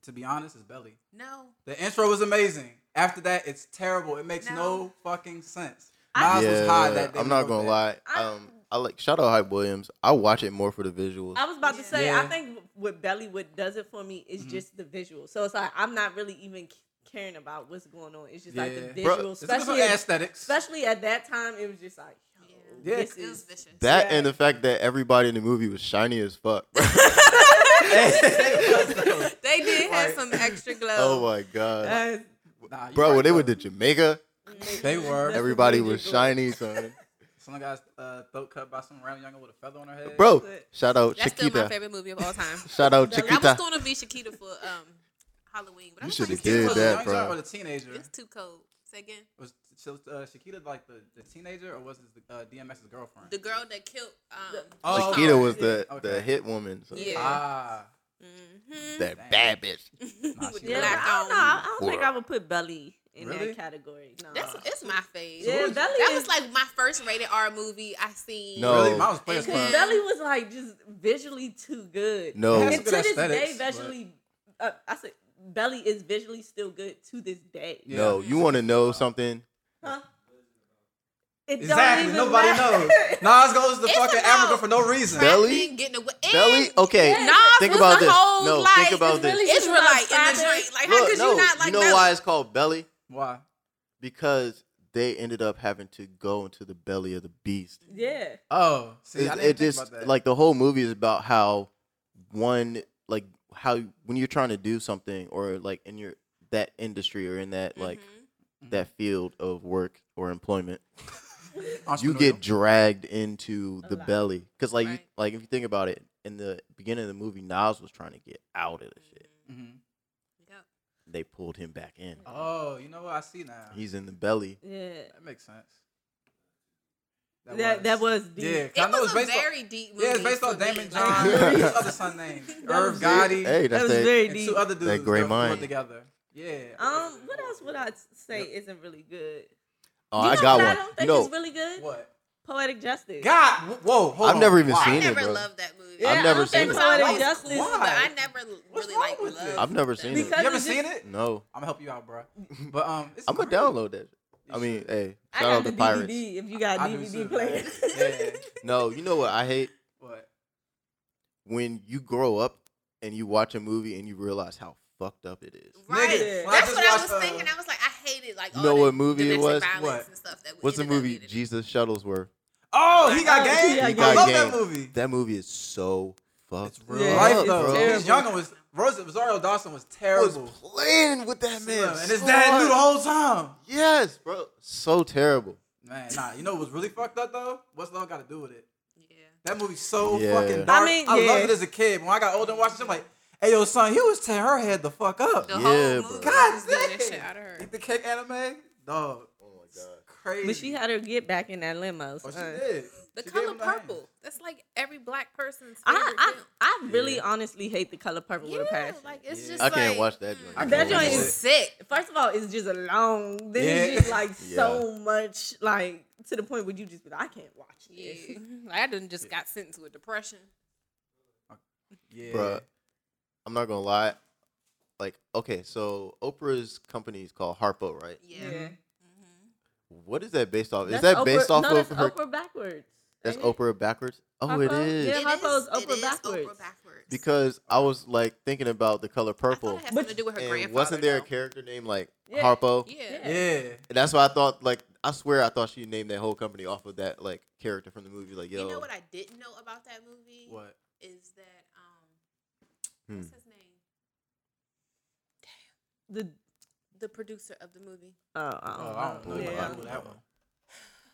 Speaker 2: To be honest, is Belly.
Speaker 1: No.
Speaker 2: The intro was amazing. After that, it's terrible. It makes no,
Speaker 1: No.
Speaker 2: fucking sense.
Speaker 3: I-
Speaker 2: Nas was high that day.
Speaker 4: I'm
Speaker 2: we
Speaker 4: not
Speaker 2: wrote
Speaker 4: gonna
Speaker 2: that.
Speaker 4: lie.
Speaker 3: I-
Speaker 4: um, I like shout out Hype Williams. I watch it more for the visuals.
Speaker 3: I was about to say, I
Speaker 2: Yeah.
Speaker 3: think what Belly what does it for me is
Speaker 4: Mm-hmm.
Speaker 2: Mhm.
Speaker 3: just the visual. So it's like I'm not really even c- caring about what's going on. It's just like the
Speaker 2: Yeah.
Speaker 4: Bro,
Speaker 3: visual,
Speaker 2: It's because of
Speaker 3: especially at,
Speaker 2: aesthetics.
Speaker 3: especially at that time. It was just like, yo,
Speaker 1: Yeah.
Speaker 2: Yeah,
Speaker 3: this
Speaker 1: It was
Speaker 3: is
Speaker 1: vicious.
Speaker 4: that
Speaker 3: Yeah.
Speaker 4: and the fact that everybody in the movie was shiny as fuck. bro.
Speaker 1: they did have
Speaker 2: Like-
Speaker 1: some extra glow.
Speaker 4: oh my god,
Speaker 3: that's-
Speaker 2: Nah, Uh, you
Speaker 4: bro!
Speaker 2: right,
Speaker 4: When they went
Speaker 2: though.
Speaker 4: to Jamaica,
Speaker 1: Mm.
Speaker 2: They were.
Speaker 3: That's the
Speaker 4: everybody was
Speaker 3: visual.
Speaker 4: shiny, son.
Speaker 2: Some guy's uh, throat cut by some random young with a feather on her head.
Speaker 4: Bro,
Speaker 3: That's
Speaker 4: shout out
Speaker 1: That's still my
Speaker 4: Chiquita.
Speaker 1: favorite movie of all time.
Speaker 4: Shout out
Speaker 3: That-
Speaker 1: I was
Speaker 4: Chiquita.
Speaker 1: gonna be Chiquita for um Halloween, but I
Speaker 4: You
Speaker 1: was
Speaker 4: shoulda
Speaker 1: like,
Speaker 2: She
Speaker 4: did
Speaker 2: was
Speaker 1: too
Speaker 2: a
Speaker 4: that,
Speaker 2: young
Speaker 4: bro.
Speaker 2: child Or the
Speaker 1: cold.
Speaker 2: teenager.
Speaker 1: It's too cold. Say again.
Speaker 2: Was so, uh, Shakita like the, the teenager or was it the, uh, DMX's girlfriend?
Speaker 1: The girl that killed um.
Speaker 2: Oh, okay.
Speaker 4: Chiquita was the the
Speaker 2: Okay.
Speaker 4: hit woman. So.
Speaker 1: Yeah.
Speaker 2: Ah,
Speaker 1: Mm-hmm.
Speaker 4: That
Speaker 2: Damn.
Speaker 4: bad bitch.
Speaker 2: Nah,
Speaker 1: With
Speaker 2: she
Speaker 1: the
Speaker 3: Yeah,
Speaker 2: was.
Speaker 3: but
Speaker 1: black
Speaker 3: I don't know.
Speaker 1: on.
Speaker 3: I don't think I would put Belly in
Speaker 2: Really?
Speaker 3: that category. No.
Speaker 1: That's it's my fave.
Speaker 3: yeah, Belly.
Speaker 1: That
Speaker 3: is,
Speaker 1: was like my first rated R movie I seen.
Speaker 4: No.
Speaker 2: Really? Mine was Players
Speaker 1: Yeah.
Speaker 2: Club.
Speaker 1: That-
Speaker 3: Belly was like just visually too good.
Speaker 4: No,
Speaker 2: It
Speaker 3: and
Speaker 2: has-
Speaker 3: to
Speaker 2: good
Speaker 3: this
Speaker 2: aesthetics,
Speaker 3: day,
Speaker 2: but-
Speaker 3: visually, uh, I said Belly is visually still good to this day.
Speaker 2: Yeah.
Speaker 4: no. You want to know something?
Speaker 3: Huh? It don't
Speaker 2: Exactly.
Speaker 3: even
Speaker 2: Nobody
Speaker 3: matter.
Speaker 2: knows. Nas goes to
Speaker 1: It's
Speaker 2: fucking
Speaker 1: about
Speaker 2: Africa for no reason.
Speaker 4: Belly?
Speaker 1: Getting away.
Speaker 4: Belly? Oh.
Speaker 1: And
Speaker 4: Okay.
Speaker 1: Nas
Speaker 4: think
Speaker 1: was
Speaker 4: about
Speaker 1: the
Speaker 4: this.
Speaker 1: whole,
Speaker 4: No,
Speaker 1: like,
Speaker 4: think about this.
Speaker 3: really
Speaker 1: Israelite in the
Speaker 3: Trapping.
Speaker 1: drink. Like, how
Speaker 4: Look,
Speaker 1: could
Speaker 4: no,
Speaker 1: you not like
Speaker 4: you know
Speaker 1: Belly?
Speaker 4: why it's called belly?
Speaker 2: Why?
Speaker 4: Because they ended up having to go into the belly of the beast.
Speaker 3: Yeah.
Speaker 2: Oh, see, I
Speaker 4: it,
Speaker 2: didn't
Speaker 4: it
Speaker 2: think
Speaker 4: just
Speaker 2: about that.
Speaker 4: like the whole movie is about how one like how when you're trying to do something or like in your that industry or in that like
Speaker 1: Mhm.
Speaker 4: that field of work or employment, you
Speaker 2: Entrepreneurial.
Speaker 4: get dragged into
Speaker 3: A
Speaker 4: the
Speaker 3: lot.
Speaker 4: belly. Because like you,
Speaker 1: Right.
Speaker 4: like if you think about it, in the beginning of the movie, Nas was trying to get out of the shit.
Speaker 2: Mhm.
Speaker 1: Yep.
Speaker 4: They pulled him back in.
Speaker 2: Oh, you know what? I see now.
Speaker 4: He's in the belly.
Speaker 3: Yeah.
Speaker 2: that makes sense.
Speaker 3: That that was deep.
Speaker 2: yeah. 'cause I
Speaker 1: It
Speaker 2: know
Speaker 1: was
Speaker 2: it's
Speaker 1: a
Speaker 2: based
Speaker 1: very deep
Speaker 2: on,
Speaker 1: movie.
Speaker 2: yeah, it's based
Speaker 1: for
Speaker 2: on
Speaker 1: me. Um,
Speaker 2: Damon
Speaker 1: Like,
Speaker 2: John.
Speaker 4: Like-
Speaker 2: What's the other son name? Irv
Speaker 3: was
Speaker 2: Gotti
Speaker 4: Hey,
Speaker 3: That
Speaker 4: that's
Speaker 3: was
Speaker 4: that-
Speaker 3: very
Speaker 2: and
Speaker 3: deep.
Speaker 2: two other dudes
Speaker 4: Grey
Speaker 2: that were
Speaker 4: Mind.
Speaker 2: together. Yeah.
Speaker 3: Um, what else would I say isn't really good?
Speaker 4: Oh,
Speaker 3: You
Speaker 4: I
Speaker 3: know
Speaker 4: got
Speaker 3: what I
Speaker 4: one.
Speaker 3: don't
Speaker 4: You
Speaker 3: think
Speaker 4: know,
Speaker 3: is really good.
Speaker 2: What?
Speaker 3: Poetic justice.
Speaker 2: God. wh- Whoa. Hold
Speaker 4: I've
Speaker 2: on.
Speaker 4: never even
Speaker 2: Why?
Speaker 1: I
Speaker 4: seen it,
Speaker 1: never
Speaker 4: bro.
Speaker 1: loved that movie.
Speaker 3: Yeah,
Speaker 4: I've never
Speaker 3: I don't think
Speaker 4: seen
Speaker 1: it.
Speaker 3: Poetic
Speaker 1: It was
Speaker 3: Justice.
Speaker 1: cool, but
Speaker 2: Why?
Speaker 1: I never
Speaker 2: What's
Speaker 1: really
Speaker 2: wrong
Speaker 1: like
Speaker 2: with
Speaker 1: loved
Speaker 2: it?
Speaker 4: I've never
Speaker 1: that
Speaker 4: seen it.
Speaker 1: movie.
Speaker 2: You
Speaker 3: Because
Speaker 2: ever
Speaker 3: it's
Speaker 2: seen
Speaker 3: just-
Speaker 2: it?
Speaker 4: No,
Speaker 2: I'm gonna help you out, bro. But um, it's
Speaker 4: I'm gonna
Speaker 2: great.
Speaker 4: download that. I
Speaker 2: You
Speaker 4: mean,
Speaker 2: should.
Speaker 4: hey,
Speaker 3: I
Speaker 4: shout
Speaker 3: got
Speaker 4: out
Speaker 3: the
Speaker 4: to Pirates.
Speaker 3: DVD. If you got
Speaker 2: I do too.
Speaker 3: DVD player,
Speaker 2: Yeah.
Speaker 4: No, you know what I hate
Speaker 2: What?
Speaker 4: when you grow up and you watch a movie and you realize how fucked up it is.
Speaker 1: Right.
Speaker 3: Nigga,
Speaker 2: when I
Speaker 1: That's
Speaker 2: just
Speaker 1: what I
Speaker 2: watched,
Speaker 1: was
Speaker 2: uh,
Speaker 1: thinking. I was like, I hated like
Speaker 4: You
Speaker 1: all
Speaker 4: know
Speaker 1: the
Speaker 4: what movie it
Speaker 1: domestic
Speaker 4: was?
Speaker 1: violence
Speaker 2: What?
Speaker 1: and stuff that we
Speaker 4: What's the
Speaker 1: ended up
Speaker 4: movie?
Speaker 1: hating.
Speaker 4: Jesus Shuttlesworth.
Speaker 2: Oh, he
Speaker 3: Oh,
Speaker 2: got game.
Speaker 3: he got
Speaker 2: I
Speaker 4: game.
Speaker 2: love
Speaker 4: Game.
Speaker 2: that movie.
Speaker 4: That movie is so fucked.
Speaker 2: It's
Speaker 3: real
Speaker 2: real
Speaker 3: Yeah,
Speaker 2: life
Speaker 3: it's
Speaker 2: though.
Speaker 3: terrible.
Speaker 2: His younger was Rosa, Rosario Dawson was
Speaker 4: was
Speaker 2: terrible.
Speaker 4: playing with that man,
Speaker 2: Yeah, and his
Speaker 4: so
Speaker 2: dad knew the
Speaker 4: hard.
Speaker 2: whole time.
Speaker 4: Yes, bro. So terrible.
Speaker 2: Man, nah, you know what was really fucked up though? What's love got to do with it?
Speaker 1: Yeah.
Speaker 2: That movie's so
Speaker 4: Yeah.
Speaker 2: fucking dark.
Speaker 3: I
Speaker 2: I
Speaker 3: mean,
Speaker 2: mean, I
Speaker 3: yeah.
Speaker 2: loved it as a kid. When I got older and watched it, I'm like, hey yo, son, he was tearing her head the fuck up.
Speaker 1: The
Speaker 4: Yeah,
Speaker 1: whole
Speaker 4: bro.
Speaker 1: movie.
Speaker 2: God
Speaker 1: was getting that
Speaker 2: damn.
Speaker 1: shit out of her.
Speaker 2: Eat the cake anime? Dog.
Speaker 4: Oh my god.
Speaker 2: Crazy.
Speaker 3: but she had her get back in that limo.
Speaker 2: Oh, she
Speaker 3: son.
Speaker 2: did.
Speaker 1: The
Speaker 2: She gave
Speaker 1: color
Speaker 2: him hand.
Speaker 1: purple. That's like every black person's
Speaker 3: I,
Speaker 1: favorite
Speaker 3: I,
Speaker 1: film.
Speaker 3: I really honestly hate the color purple with a
Speaker 1: Yeah,
Speaker 3: passion.
Speaker 1: like it's
Speaker 2: Yeah.
Speaker 1: just
Speaker 4: I can't
Speaker 1: like,
Speaker 4: watch that joint.
Speaker 1: mm,
Speaker 2: I
Speaker 3: That
Speaker 2: can't
Speaker 3: joint
Speaker 2: watch
Speaker 1: it's
Speaker 3: is
Speaker 2: it.
Speaker 1: sick.
Speaker 3: First of all, it's just long. Then it's
Speaker 2: Yeah.
Speaker 3: just like so
Speaker 4: Yeah.
Speaker 3: much, like to the point where you just be like, I can't watch
Speaker 1: Yeah.
Speaker 3: this.
Speaker 1: Like, I done just got sentenced with depression.
Speaker 2: Yeah.
Speaker 4: Bruh. I'm not gonna lie. Like, okay, so Oprah's company is called Harpo, right?
Speaker 1: Yeah. Mm-hmm.
Speaker 3: Yeah.
Speaker 4: What is that based off?
Speaker 3: That's
Speaker 4: Oh, is that
Speaker 3: Oprah-
Speaker 4: based off
Speaker 3: no,
Speaker 4: of
Speaker 3: that's
Speaker 4: her?
Speaker 3: Oprah backwards.
Speaker 4: That's
Speaker 3: ain't it?
Speaker 4: Oprah backwards. Oh, it
Speaker 1: Uh-huh.
Speaker 3: Harpo?
Speaker 4: is.
Speaker 3: Yeah,
Speaker 1: It
Speaker 3: Harpo's
Speaker 1: is-
Speaker 3: Oprah
Speaker 1: it is
Speaker 3: backwards.
Speaker 1: Oprah backwards.
Speaker 4: Because I was like thinking about the color
Speaker 1: I
Speaker 4: purple.
Speaker 1: thought it had
Speaker 3: But-
Speaker 1: something to do with her
Speaker 4: and
Speaker 1: grandfather.
Speaker 4: wasn't there a
Speaker 1: though.
Speaker 4: character named like
Speaker 3: Yeah.
Speaker 4: Harpo?
Speaker 1: Yeah.
Speaker 2: Yeah.
Speaker 4: And that's why I thought like I swear I thought she named that whole company off of that like character from the movie. Like, yo,
Speaker 1: You know what I didn't know about that movie?
Speaker 2: What?
Speaker 1: Is that um
Speaker 4: Hmm.
Speaker 1: what's his name?
Speaker 3: The
Speaker 1: The producer of the movie.
Speaker 3: oh, I don't
Speaker 2: Oh, I don't
Speaker 3: know.
Speaker 2: know.
Speaker 4: Yeah.
Speaker 2: I don't know that one.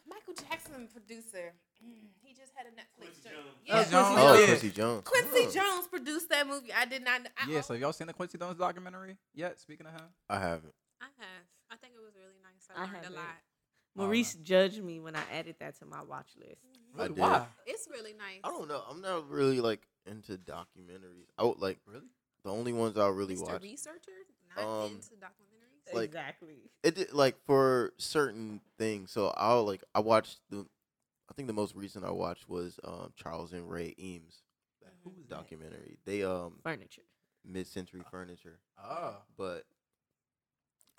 Speaker 1: Michael Michael Jackson producer. Mm, He just had a Netflix
Speaker 5: Quincy
Speaker 1: show.
Speaker 5: Jones.
Speaker 1: Yeah,
Speaker 2: Quincy
Speaker 1: Quincy
Speaker 2: Jones.
Speaker 4: Oh,
Speaker 2: yeah.
Speaker 1: Jones.
Speaker 4: Quincy Jones.
Speaker 1: Quincy
Speaker 4: Oh.
Speaker 1: Jones produced that movie. I did not. I,
Speaker 2: Yeah, so y'all seen the Quincy Jones documentary yet? Speaking of him,
Speaker 4: I haven't.
Speaker 1: I have. I think it was really nice.
Speaker 3: I
Speaker 1: I learned
Speaker 3: haven't.
Speaker 1: a lot.
Speaker 3: Maurice judged me when I added that to my watch list.
Speaker 4: I did.
Speaker 2: why?
Speaker 1: It's really nice.
Speaker 4: Mm-hmm. I don't know. I'm not really like into documentaries. I would like
Speaker 2: Really?
Speaker 4: the only ones I really
Speaker 1: Mr.
Speaker 4: watch.
Speaker 1: Researcher, not
Speaker 4: Um,
Speaker 1: into documentaries.
Speaker 4: Like-
Speaker 3: exactly.
Speaker 4: It did, like for certain things. So I'll like I watched the. I think the most recent I watched was um, Charles and Ray Eames
Speaker 2: Who was that?
Speaker 4: documentary. They um
Speaker 3: Furniture.
Speaker 4: mid century furniture,
Speaker 2: Oh,
Speaker 4: but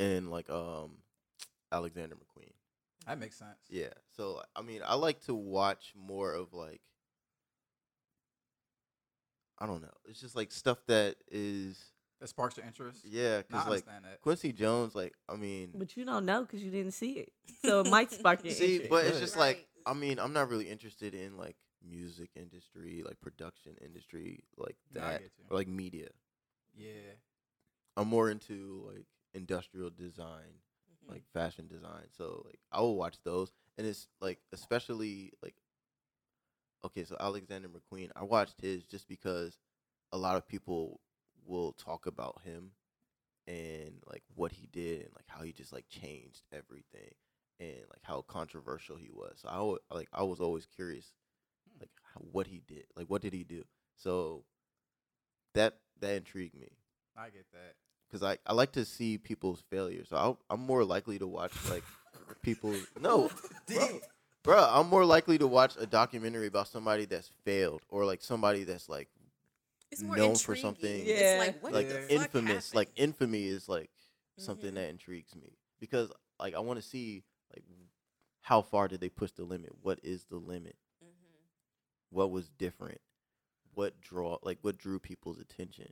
Speaker 4: and like um Alexander McQueen.
Speaker 2: that makes sense.
Speaker 4: Yeah. So I mean, I like to watch more of like I don't know. It's just like stuff that is
Speaker 2: That sparks your interest.
Speaker 4: yeah,
Speaker 2: Nah,
Speaker 4: cuz
Speaker 2: I
Speaker 4: like
Speaker 2: understand that.
Speaker 4: Quincy Jones like I mean,
Speaker 3: Mm. But you don't know because you didn't see it. So it might spark your
Speaker 4: see,
Speaker 3: interest.
Speaker 4: but it's
Speaker 2: Right.
Speaker 4: just like I mean, I'm not really interested in like music industry, like production industry, like
Speaker 2: Nah, I
Speaker 4: that,
Speaker 2: get you.
Speaker 4: or like media.
Speaker 2: Yeah,
Speaker 4: I'm more into like industrial design,
Speaker 1: Mm-hmm.
Speaker 4: like fashion design. So like I will watch those, and it's like especially like okay, so Alexander McQueen, I watched his just because a lot of people will talk about him and like what he did and like how he just like changed everything and like how controversial he was. So I wa- like I was always curious like how, what he did, like what did he do? So that that intrigued me
Speaker 2: I get that.
Speaker 4: because I, I like to see people's failures. So I'll, I'm more likely to watch like people. No, bro, Bruh, I'm more likely to watch a documentary about somebody that's failed or like somebody that's like
Speaker 1: it's more
Speaker 4: known
Speaker 1: intriguing.
Speaker 4: for something,
Speaker 1: It's
Speaker 3: Yeah.
Speaker 1: like what
Speaker 4: like
Speaker 1: the
Speaker 2: fuck
Speaker 4: infamous. Like
Speaker 1: happened?
Speaker 4: infamy is like something
Speaker 1: Mhm.
Speaker 4: that intrigues me because like I want to see like how far did they push the limit? What is the limit?
Speaker 1: Mhm.
Speaker 4: What was different? What draw like what drew people's attention?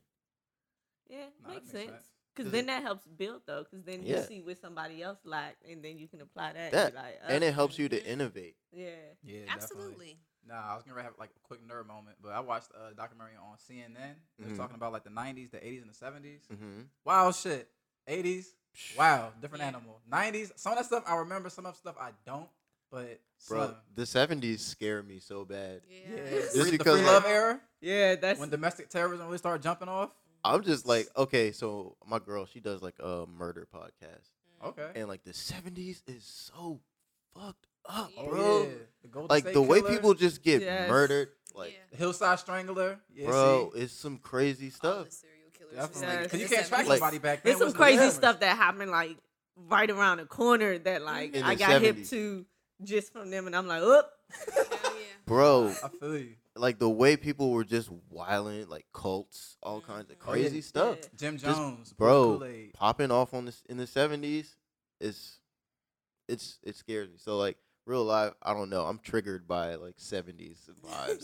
Speaker 3: yeah,
Speaker 2: Nah, that
Speaker 3: makes sense. Because
Speaker 4: 'Cause
Speaker 3: then
Speaker 4: it-
Speaker 3: that helps build though. Because then you
Speaker 4: Yeah.
Speaker 3: see what somebody else like, and then you can apply that.
Speaker 4: That-
Speaker 3: and, be like,
Speaker 4: And
Speaker 3: oh,
Speaker 4: it helps you to
Speaker 1: Mhm.
Speaker 4: innovate.
Speaker 3: yeah.
Speaker 2: Yeah, definitely.
Speaker 1: Absolutely.
Speaker 2: Nah, I was gonna have like a quick nerd moment, but I watched a documentary on CNN. They're
Speaker 4: Mhm.
Speaker 2: talking about like the '90s, the '80s, and the '70s.
Speaker 4: Mm-hmm.
Speaker 2: Wow, shit. '80s, wow, different
Speaker 1: Yeah.
Speaker 2: animal. '90s, some of that stuff I remember, some of the stuff I don't. But
Speaker 4: Bro,
Speaker 2: some-
Speaker 4: the 70s scare me so bad.
Speaker 2: yeah,
Speaker 1: Yeah.
Speaker 4: Just
Speaker 2: free- the
Speaker 4: because,
Speaker 2: free
Speaker 4: like-
Speaker 2: love era
Speaker 3: Yeah, that's
Speaker 2: when domestic terrorism really started jumping off.
Speaker 4: I'm just like, okay, so my girl, she does like a murder podcast.
Speaker 2: Okay.
Speaker 4: And like the 70s is so fucked up,
Speaker 1: Oh,
Speaker 4: bro.
Speaker 2: yeah. the Golden
Speaker 4: Like
Speaker 2: State
Speaker 4: the way
Speaker 2: Killer,
Speaker 4: people just get
Speaker 3: Yes.
Speaker 4: murdered, like
Speaker 1: Yeah.
Speaker 2: the Hillside Strangler, yeah,
Speaker 4: bro,
Speaker 2: see?
Speaker 4: it's some crazy
Speaker 1: All
Speaker 4: stuff.
Speaker 1: the serial killers. was
Speaker 2: definitely,
Speaker 1: like
Speaker 3: Yes.
Speaker 2: because you
Speaker 1: in
Speaker 2: can't
Speaker 1: the
Speaker 2: track
Speaker 1: 70s.
Speaker 2: nobody back then.
Speaker 3: there's some
Speaker 2: What's the
Speaker 3: crazy
Speaker 2: difference?
Speaker 3: stuff that happened like right around the corner that like
Speaker 4: In
Speaker 3: I
Speaker 4: the
Speaker 3: got hip
Speaker 4: 70s.
Speaker 3: to just from them, and I'm like, oop.
Speaker 1: Hell Oh, yeah.
Speaker 4: Bro,
Speaker 2: I feel you.
Speaker 4: like the way people were just wilding, like cults, all kinds of
Speaker 1: Mhm.
Speaker 2: Oh, yeah.
Speaker 4: crazy stuff.
Speaker 3: Yeah.
Speaker 2: Jim
Speaker 4: Just-
Speaker 2: Jones,
Speaker 4: bro.
Speaker 2: Kool-Aid.
Speaker 4: popping off on this in the seventies is it's it scares me. So like real life, I don't know. I'm triggered by like seventies vibes.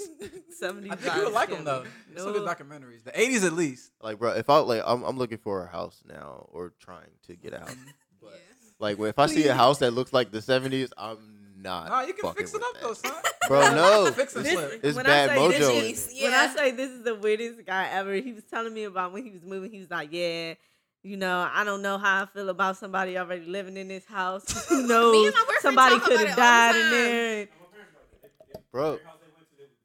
Speaker 3: Seventy.
Speaker 2: I think you would like them though. There's some good documentaries. The '80s at least.
Speaker 4: like bro, if I like I'm I'm looking for a house now or trying to get a house. But
Speaker 1: Yeah.
Speaker 4: like if I see a house that looks like the seventies, I'm not.
Speaker 2: Nah, you can
Speaker 4: fucking
Speaker 2: fix it
Speaker 4: with
Speaker 2: up
Speaker 4: that.
Speaker 2: though, son.
Speaker 4: Bro, no.
Speaker 2: fix and
Speaker 3: This-
Speaker 2: flip.
Speaker 4: It's
Speaker 3: When I
Speaker 4: bad
Speaker 3: say
Speaker 4: mojo.
Speaker 3: this
Speaker 4: in
Speaker 1: is-
Speaker 4: it.
Speaker 1: Yeah.
Speaker 3: When I say this is the weirdest guy ever, he was telling me about when he was moving. He was like, "Yeah, you know, I don't know how I feel about somebody already living in this house. Who
Speaker 1: Me
Speaker 3: knows?
Speaker 1: and my boyfriend
Speaker 3: Somebody
Speaker 1: talk
Speaker 3: could
Speaker 1: about
Speaker 3: have
Speaker 1: it all
Speaker 3: died
Speaker 1: the
Speaker 3: in
Speaker 1: time.
Speaker 3: there." And
Speaker 4: Bro,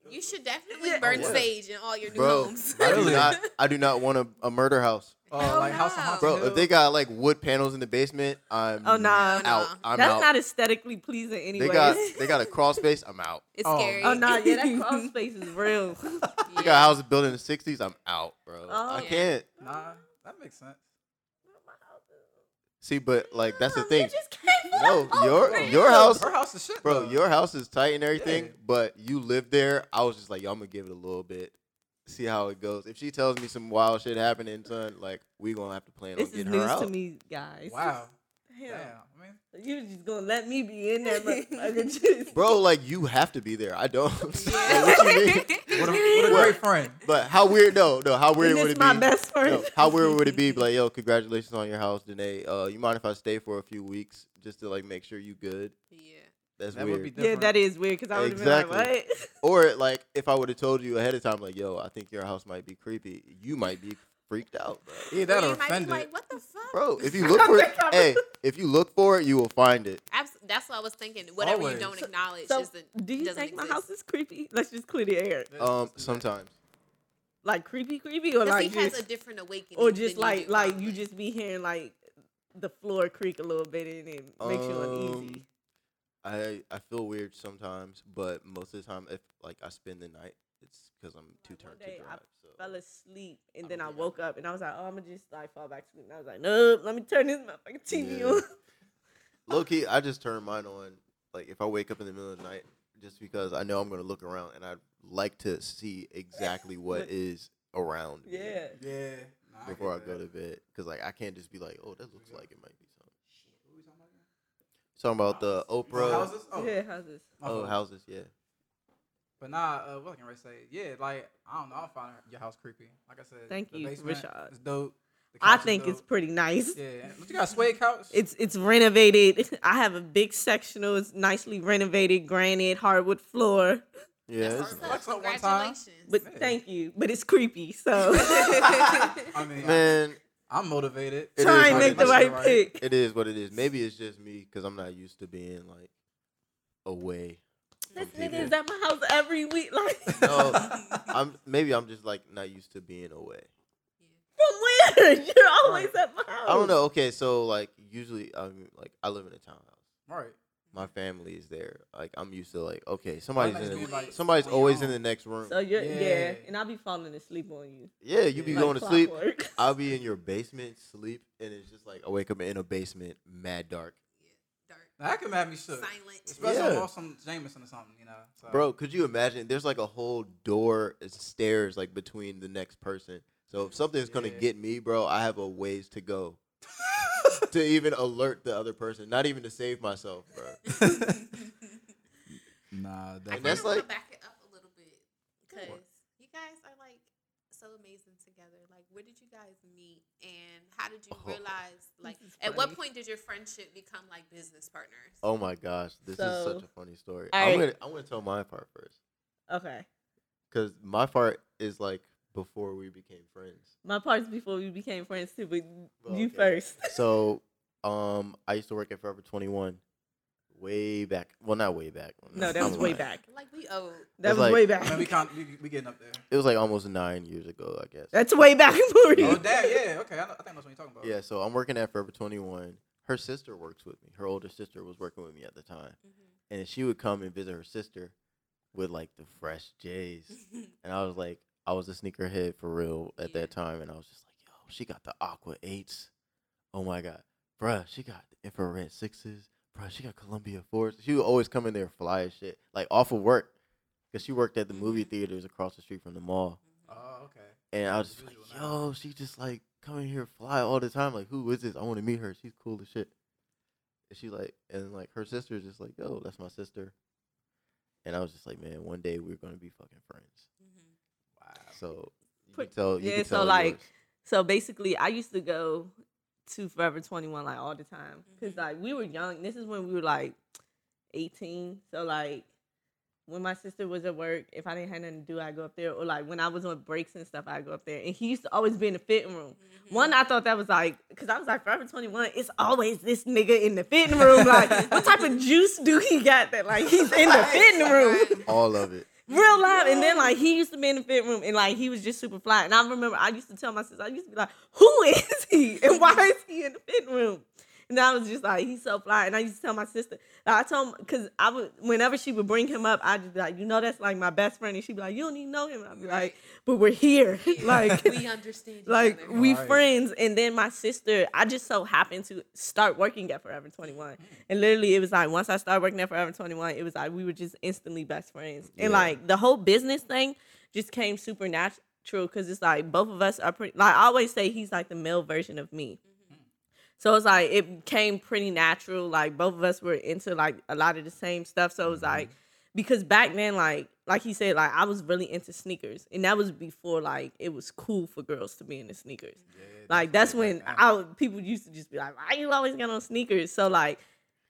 Speaker 1: You should definitely
Speaker 3: Yeah.
Speaker 1: burn
Speaker 4: Yeah.
Speaker 1: sage in all your new
Speaker 4: bro,
Speaker 1: homes.
Speaker 4: I do
Speaker 2: Really?
Speaker 4: not I do not want a, a murder house.
Speaker 2: Oh,
Speaker 1: Hell
Speaker 2: like House of
Speaker 1: no.
Speaker 2: Haunted
Speaker 4: Bro,
Speaker 2: Hill.
Speaker 4: if they got like wood panels in the basement, I'm
Speaker 3: Oh, nah.
Speaker 4: out.
Speaker 1: No, no.
Speaker 4: I'm
Speaker 3: that's
Speaker 4: out.
Speaker 3: not aesthetically pleasing,
Speaker 4: they
Speaker 3: anyways.
Speaker 4: got they got a crawl space, I'm out.
Speaker 1: it's
Speaker 2: Oh.
Speaker 1: scary.
Speaker 3: oh no, yeah, that crawl space is real.
Speaker 4: You got a house built in the sixties, I'm out, bro.
Speaker 3: Oh,
Speaker 4: I
Speaker 1: yeah.
Speaker 4: can't
Speaker 2: nah, that makes sense.
Speaker 4: see, but like that's the
Speaker 3: You
Speaker 4: thing.
Speaker 3: just can't
Speaker 4: No,
Speaker 3: walk
Speaker 4: your
Speaker 3: over it.
Speaker 4: your house,
Speaker 2: Her house is shit,
Speaker 4: bro.
Speaker 2: though.
Speaker 4: Your house is tight and everything,
Speaker 2: Uh, Yeah.
Speaker 4: but you live there. I was just like, yo, I'm gonna give it a little bit, see how it goes. If she tells me some wild shit happening, son, like we gonna have to plan
Speaker 3: This
Speaker 4: on
Speaker 3: is
Speaker 4: getting her
Speaker 3: news to
Speaker 4: out.
Speaker 3: me, guys.
Speaker 2: wow.
Speaker 3: Hell,
Speaker 2: Damn. I mean,
Speaker 3: You just gonna let me be in there, motherfucker. Just-
Speaker 4: Bro, like you have to be there. I don't. Like, what you mean?
Speaker 2: what a, what a
Speaker 4: What?
Speaker 2: great friend.
Speaker 4: But how weird? No, no. How
Speaker 3: And
Speaker 4: weird would
Speaker 3: it's
Speaker 4: it
Speaker 3: my
Speaker 4: be?
Speaker 3: best friend.
Speaker 4: No, how weird would it be? Be Like, yo, congratulations on your house, Danae. Uh, you mind if I stay for a few weeks just to like make sure you good?
Speaker 1: Yeah.
Speaker 4: That's
Speaker 2: That
Speaker 4: weird.
Speaker 2: would be different.
Speaker 3: yeah, that is weird because I would have been
Speaker 4: Exactly.
Speaker 3: like, what?
Speaker 4: Or like if I would have told you ahead of time, like, yo, I think your house might be creepy, you might be freaked out, bro.
Speaker 2: Yeah, that
Speaker 1: Or you might be
Speaker 2: offended.
Speaker 1: like, what the fuck?
Speaker 4: Bro, if you look for it, hey, if you look for it, you will find it.
Speaker 1: Abs- that's what I was thinking. Whatever
Speaker 2: Always.
Speaker 1: you don't acknowledge
Speaker 3: So,
Speaker 1: isn't.
Speaker 3: do you
Speaker 1: doesn't
Speaker 3: think my
Speaker 1: exist.
Speaker 3: house is creepy? Let's just clear the air.
Speaker 4: Um, sometimes.
Speaker 3: Like creepy, creepy, or
Speaker 1: Because
Speaker 3: like
Speaker 1: he has
Speaker 3: just-
Speaker 1: a different awakening.
Speaker 3: or just
Speaker 1: than
Speaker 3: like
Speaker 1: you do,
Speaker 3: like
Speaker 1: probably.
Speaker 3: you just be hearing like the floor creak a little bit and it makes you uneasy.
Speaker 4: Um, I I feel weird sometimes, but most of the time, if like I spend the night, it's because I'm too
Speaker 3: Like, one
Speaker 4: turned
Speaker 3: day
Speaker 4: to
Speaker 3: I
Speaker 4: drive.
Speaker 3: Fell
Speaker 4: So
Speaker 3: asleep
Speaker 4: I
Speaker 3: and then
Speaker 4: don't
Speaker 3: I
Speaker 4: think I
Speaker 3: woke up and I was like, oh, I'm gonna just like fall back to sleep. And I was like, nope, let me turn this motherfucking TV
Speaker 4: Yeah.
Speaker 3: on.
Speaker 4: low key, I just turn mine on. Like if I wake up in the middle of the night, just because I know I'm gonna look around and I'd like to see exactly what
Speaker 3: What-
Speaker 4: is around. me
Speaker 3: yeah.
Speaker 2: Yeah.
Speaker 4: Before I go to bed, because like I can't just be like, oh, that looks like it might be something. Talking about the Oprah.
Speaker 2: Houses? Oh,
Speaker 3: Yeah, houses.
Speaker 2: my
Speaker 4: Oh,
Speaker 2: fault.
Speaker 4: houses. Yeah.
Speaker 2: But nah, uh, what I can really say, yeah, like I don't know, I don't find your house creepy. Like I said,
Speaker 3: Thank
Speaker 2: the
Speaker 3: you,
Speaker 2: basement
Speaker 3: Rashad.
Speaker 2: is dope. The
Speaker 3: I
Speaker 2: couch is
Speaker 3: think it's
Speaker 2: dope.
Speaker 3: pretty nice.
Speaker 2: yeah. But you got a suede couch.
Speaker 3: It's it's renovated. I have a big sectional. It's nicely renovated, granite, hardwood floor.
Speaker 4: Yeah.
Speaker 1: That's what's
Speaker 4: it's
Speaker 2: nice.
Speaker 1: up.
Speaker 2: Flex up one time.
Speaker 1: Congratulations.
Speaker 3: But
Speaker 2: Yeah.
Speaker 3: thank you. But it's creepy. So
Speaker 2: I mean,
Speaker 4: nice. Man,
Speaker 2: I, am motivated.
Speaker 4: It
Speaker 3: try
Speaker 4: is
Speaker 3: and
Speaker 4: what
Speaker 3: make
Speaker 4: it
Speaker 3: the
Speaker 4: is,
Speaker 3: right
Speaker 2: right?
Speaker 3: pick.
Speaker 4: it is what it is. Maybe it's just me because I'm not used to being like away. from
Speaker 3: This nigga
Speaker 4: people.
Speaker 3: is at my house every week. Like from
Speaker 4: No, I'm maybe I'm just like not used to being away.
Speaker 3: where? You're always
Speaker 2: Right.
Speaker 3: at my house.
Speaker 4: I don't know. Okay, so like usually I'm like I live in a townhouse.
Speaker 2: right.
Speaker 4: My family is there. Like I'm used to like okay, somebody's
Speaker 2: Somebody's
Speaker 4: in
Speaker 2: gonna
Speaker 4: the,
Speaker 2: be like,
Speaker 4: somebody's
Speaker 2: on your
Speaker 4: always in
Speaker 2: own.
Speaker 4: the next room.
Speaker 3: So you're yeah.
Speaker 2: Yeah.
Speaker 3: and I'll be falling asleep on you.
Speaker 4: Yeah, you be
Speaker 2: Yeah.
Speaker 4: going to sleep.
Speaker 3: clockwork.
Speaker 4: I'll be in your basement sleep, and it's just like I wake up in a basement, mad dark.
Speaker 1: Dark,
Speaker 2: Now, that can have me shook.
Speaker 1: silent.
Speaker 2: Especially
Speaker 4: Yeah.
Speaker 2: if I'm some Jameson or something, you know. So.
Speaker 4: Bro, could you imagine? There's like a whole door and stairs like between the next person. So if something's gonna
Speaker 2: Yeah.
Speaker 4: get me, bro, I have a ways to go to even alert the other person. Not even to save myself, bro.
Speaker 2: Nah,
Speaker 1: I
Speaker 4: And
Speaker 1: kind
Speaker 4: that's
Speaker 1: of want to
Speaker 4: like-
Speaker 1: back it up a little bit because
Speaker 4: What?
Speaker 1: you guys are like so amazing together. Like, where did you guys meet, and how did you
Speaker 4: Oh.
Speaker 1: realize? Like,
Speaker 3: This is
Speaker 1: at what
Speaker 3: funny.
Speaker 1: point did your friendship become like business partners?
Speaker 4: Oh my gosh, this is
Speaker 3: So-
Speaker 4: such a funny story.
Speaker 3: All
Speaker 4: I'm
Speaker 3: right.
Speaker 4: gonna I'm gonna tell my part first
Speaker 3: Okay.
Speaker 4: because my part is like before we became friends.
Speaker 3: My part's before we became friends too, but
Speaker 4: Well,
Speaker 3: you
Speaker 4: okay.
Speaker 3: first.
Speaker 4: So, um, I used to work at Forever 21, way back. Well, not way back.
Speaker 3: No, that was
Speaker 4: I'm
Speaker 3: way
Speaker 4: lying.
Speaker 3: back.
Speaker 1: Like, we owe.
Speaker 3: That was
Speaker 4: It's like-
Speaker 3: way
Speaker 2: Man, we
Speaker 3: back.
Speaker 2: can't. We, we getting up there.
Speaker 4: It was like almost nine years ago, I guess.
Speaker 3: That's way back for
Speaker 2: Oh
Speaker 3: you.
Speaker 2: damn! Yeah. Okay. I, know, I think that's what you're talking about.
Speaker 4: Yeah, so I'm working at Forever 21. Her sister works with me. Her older sister was working with me at the time. And she would come and visit her sister with like the fresh J's.
Speaker 1: Mm-hmm.
Speaker 4: And I was like, I was a sneakerhead for real at
Speaker 1: Yeah.
Speaker 4: that time. And I was just like, yo, she got the Aqua 8s. Oh my God. Bruh, she got the infrared 6s. Bruh, she got Columbia 4s. She would always come in there fly as shit, like off of work. Because she worked at the movie
Speaker 1: Mhm.
Speaker 4: theaters across the street from the mall.
Speaker 2: Oh, okay.
Speaker 4: And I was
Speaker 2: As
Speaker 4: just like,
Speaker 2: usual now.
Speaker 4: yo, she just like coming here fly all the time. Like, who is this? I want to meet her. She's cool as shit. And she like, and like her sister's just like, yo, that's my sister. And I was just like, man, one day we're gonna be fucking friends. So you
Speaker 3: Put-
Speaker 4: can tell, you
Speaker 3: yeah,
Speaker 4: can
Speaker 3: so,
Speaker 4: tell
Speaker 3: like,
Speaker 4: yours.
Speaker 3: So basically, I used to go to Forever 21 like all the time because
Speaker 1: Mhm.
Speaker 3: like we were young. This is when we were like 18. So like when my sister was at work, if I didn't have nothing to do, I'd go up there. Or like when I was on breaks and stuff, I'd go up there. And he used to always be in the fitting room.
Speaker 1: Mm-hmm.
Speaker 3: One, I thought that was like, because I was like, Forever 21, it's always this nigga in the fitting room. Like, what type of juice do he got that,
Speaker 1: Mm-hmm.
Speaker 3: like, he's in the fitting room?
Speaker 4: all of it.
Speaker 3: Real live. And then, like, he used to be in the fitting room and, like, he was just super fly. And I remember I used to tell my sister, I used to be like, who is he? And why is he in the fitting room? And I was just like, he's so fly. And I used to tell my sister, like, I told, because I would, whenever she would bring him up, I'd just be like, you know, that's like my best friend. And she'd be like, you don't even know him. And I'd be like, but we're here. like,
Speaker 1: we understand. each
Speaker 3: like
Speaker 1: other.
Speaker 3: we
Speaker 2: Right.
Speaker 3: friends and then my sister i just so happened to start working at forever 21 and literally it was like once i started working at forever 21 it was like we were just instantly best friends and
Speaker 4: Yeah.
Speaker 3: like the whole business thing just came super natural because it's like both of us are pretty like i always say he's like the male version of me so it's like it came pretty natural. Like both of us were into like a lot of the same stuff. So it was like because back then, like like he said, like I was really into sneakers, and that was before like it was cool for girls to be into sneakers. Like that's when I would- people used to just be like, "Why you always got on sneakers?" So like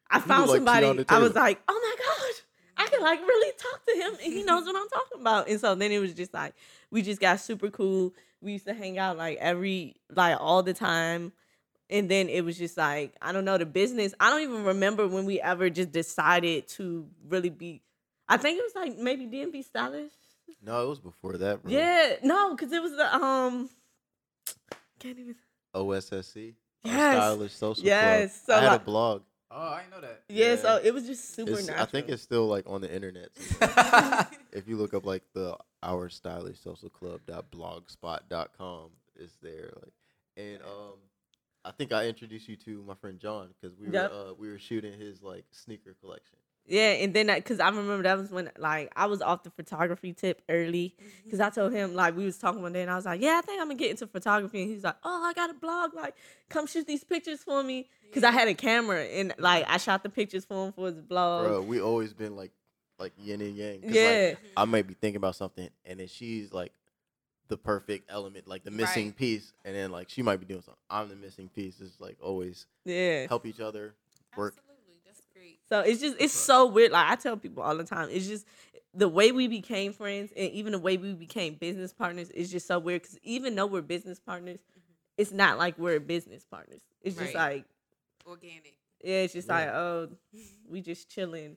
Speaker 3: I
Speaker 4: would,
Speaker 3: found
Speaker 4: like, sit on
Speaker 3: somebody.
Speaker 4: the
Speaker 3: I was
Speaker 4: table.
Speaker 3: like, "Oh my gosh." I can like really talk to him and he knows what I'm talking about. And so then it was just like we just got super cool. We used to hang out like every like all the time and then it was just like i don't know the business i don't even remember when we ever just decided to really be i think it was like maybe dmv stylish
Speaker 4: No, it was before that. Bro.
Speaker 3: yeah no because it was the um can't even
Speaker 4: OSSC. Our
Speaker 3: Yes.
Speaker 4: Stylish Social
Speaker 3: Yes, so
Speaker 4: Club. I had
Speaker 3: like-
Speaker 4: a blog.
Speaker 2: Oh, I didn't know that.
Speaker 3: yeah,
Speaker 4: Yeah.
Speaker 3: so it was just super
Speaker 4: It's-
Speaker 3: natural
Speaker 4: I think it's still like on the internet. somewhere.
Speaker 1: Mm-hmm.
Speaker 4: if you look up like the Our Stylish Social Club dot blogspot dot com, it's there. Like, and um, I think I introduced you to my friend John because we were
Speaker 3: Yep.
Speaker 4: uh, we were shooting his like sneaker collection.
Speaker 3: yeah and then because i remember that was when like i was off the photography tip early Cause I told him like we was talking one day, and I was like, "Yeah, I think I'm gonna get into photography." And he was like, "Oh, I got a blog. Like, come shoot these pictures for me." Cause I had a camera, and like I shot the pictures for him for his blog.
Speaker 4: Bro, we always been like like yin and yang. 'cause, like,
Speaker 3: Oh. yeah,
Speaker 4: I might be thinking about something, and then she's like the perfect element, like the missing
Speaker 1: Right.
Speaker 4: piece, and then like she might be doing something. I'm the missing piece. It's like always
Speaker 3: yeah.
Speaker 4: help each other. Work.
Speaker 1: Absolutely, that's great.
Speaker 3: So it's just it's so weird. Like I tell people all the time, it's just the way we became friends, and even the way we became business partners is just so weird. Cause even though we're business partners, it's not like we're business partners. It's just
Speaker 1: Right.
Speaker 3: like
Speaker 1: Organic.
Speaker 3: yeah, it's just
Speaker 4: Yeah. Ah.
Speaker 3: like oh, we just chilling,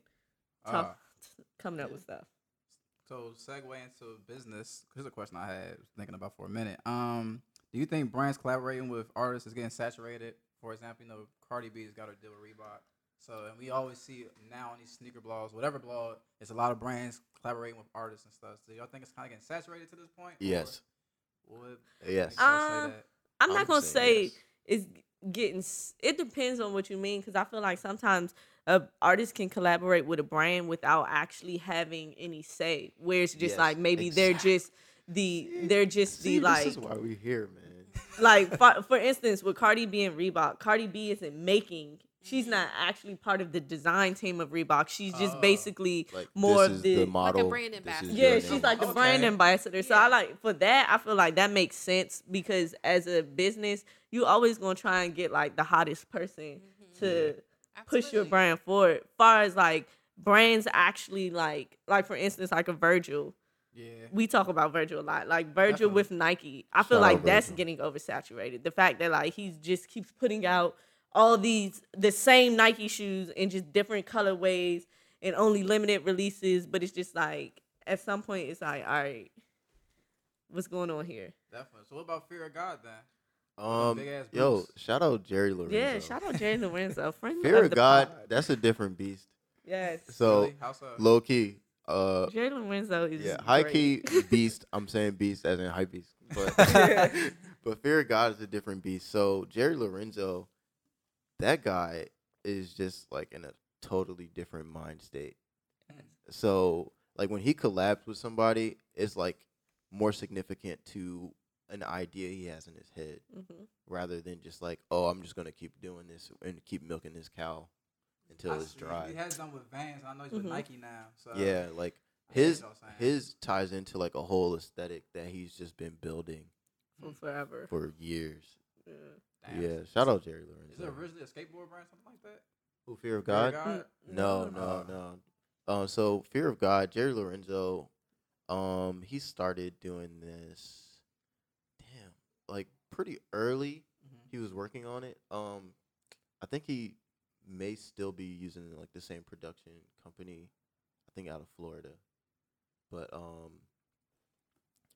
Speaker 3: talk,
Speaker 2: Uh,
Speaker 3: coming up
Speaker 4: Yeah.
Speaker 3: with stuff.
Speaker 2: so segue into business. Here's a question I had was thinking about for a minute. Um, do you think brands collaborating with artists is getting saturated? For example, you know Cardi B's got her deal with Reebok. So and we always see now on these sneaker blogs, whatever blog, it's a lot of brands collaborating with artists and stuff. So y'all think it's kind of getting saturated to this point? Or
Speaker 4: Yes,
Speaker 2: Would
Speaker 4: yes.
Speaker 2: y'all say
Speaker 3: Um,
Speaker 2: that?
Speaker 3: I'm not
Speaker 4: would
Speaker 3: gonna say
Speaker 4: yes.
Speaker 3: it's getting. s- It depends on what you mean, because I feel like sometimes a artist can collaborate with a brand without actually having any say. Where it's just
Speaker 4: Yes,
Speaker 3: like maybe
Speaker 4: exactly.
Speaker 3: they're just the they're just
Speaker 4: See,
Speaker 3: the like
Speaker 4: This is why we here, man.
Speaker 3: like for, for instance with Cardi B and Reebok, Cardi B isn't making. She's
Speaker 4: Mm-hmm.
Speaker 3: not actually part of the design team of Reebok. She's just
Speaker 4: Ah.
Speaker 2: Oh.
Speaker 3: basically
Speaker 4: Like
Speaker 3: more
Speaker 4: this
Speaker 3: of
Speaker 4: is
Speaker 3: the,
Speaker 4: the model.
Speaker 1: brand
Speaker 4: this is
Speaker 1: ambassador.
Speaker 4: your
Speaker 3: yeah,
Speaker 4: name.
Speaker 3: she's like the
Speaker 2: Okay.
Speaker 3: brand ambassador. So
Speaker 1: Yeah.
Speaker 3: I like for that, I feel like that makes sense because as a business, you always gonna try and get like the hottest person
Speaker 1: Mhm.
Speaker 3: to push your
Speaker 1: Absolutely.
Speaker 3: brand forward. Far as like brands actually like like for instance, like a Virgil.
Speaker 2: Yeah.
Speaker 3: We talk about Virgil a lot. Like Virgil
Speaker 2: Definitely.
Speaker 3: with Nike. I feel
Speaker 4: Shout
Speaker 3: like
Speaker 4: out
Speaker 3: that's
Speaker 4: Virgil.
Speaker 3: getting oversaturated. The fact that like he just keeps putting out all these the same Nike shoes in just different colorways and only limited releases, but it's just like at some point it's like, all right, what's going on here?
Speaker 2: Definitely. So what about Fear of God then?
Speaker 4: Um,
Speaker 2: big-ass
Speaker 4: yo,
Speaker 2: boots.
Speaker 4: shout out Jerry Lorenzo.
Speaker 3: Yeah, shout out Jay Lorenzo, friend
Speaker 4: Fear of
Speaker 3: the
Speaker 4: God,
Speaker 3: pod.
Speaker 4: that's a different beast.
Speaker 3: Yes,
Speaker 4: So
Speaker 2: Really? How so?
Speaker 4: low key, uh,
Speaker 3: Jay Lorenzo is
Speaker 4: yeah, high
Speaker 3: great.
Speaker 4: key beast. I'm saying beast as in high beast, but but fear of God is a different beast. So Jerry Lorenzo, that guy is just like in a totally different mind state. So like when he collabs with somebody, it's like more significant to an idea he has in his head
Speaker 3: Mhm.
Speaker 4: rather than just like, oh, I'm just gonna keep doing this and keep milking this cow until
Speaker 2: I
Speaker 4: it's
Speaker 2: see.
Speaker 4: dry.
Speaker 2: He has done with Vans. I know he's with
Speaker 3: Mhm.
Speaker 2: Nike now. So
Speaker 4: Yeah, like
Speaker 2: I see
Speaker 4: his
Speaker 2: what y'all saying.
Speaker 4: his ties into like a whole aesthetic that he's just been building
Speaker 3: For forever.
Speaker 4: for years.
Speaker 3: Yeah.
Speaker 2: Damn.
Speaker 4: Yeah, shout out Jerry
Speaker 2: Is it
Speaker 4: Lorenzo.
Speaker 2: originally a skateboard brand, something like that?
Speaker 4: Who Fear of
Speaker 2: Fear of
Speaker 4: God?
Speaker 2: God?
Speaker 4: No,
Speaker 3: Mm.
Speaker 4: no, no. Um, so Fear of God, Jerry Lorenzo, um, he started doing this. Damn, like pretty early,
Speaker 2: Mhm.
Speaker 4: he was working on it. Um, I think he may still be using like the same production company. I think out of Florida, but um,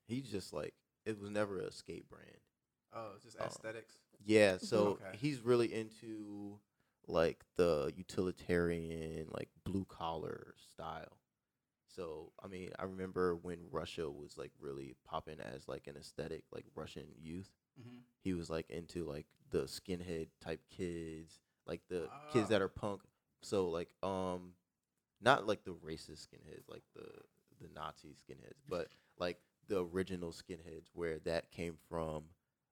Speaker 4: he just like it was never a skate brand.
Speaker 2: Oh, it's just
Speaker 4: Oh.
Speaker 2: aesthetics.
Speaker 4: Yeah, so
Speaker 2: Okay.
Speaker 4: he's really into like the utilitarian, like blue collar style. So I mean, I remember when Russia was like really popping as like an aesthetic, like Russian youth.
Speaker 2: Mm-hmm.
Speaker 4: He was like into like the skinhead type kids, like the kids
Speaker 2: Ah.
Speaker 4: that are punk. So like um, not like the racist skinheads, like the the Nazi skinheads, but like the original skinheads where that came from,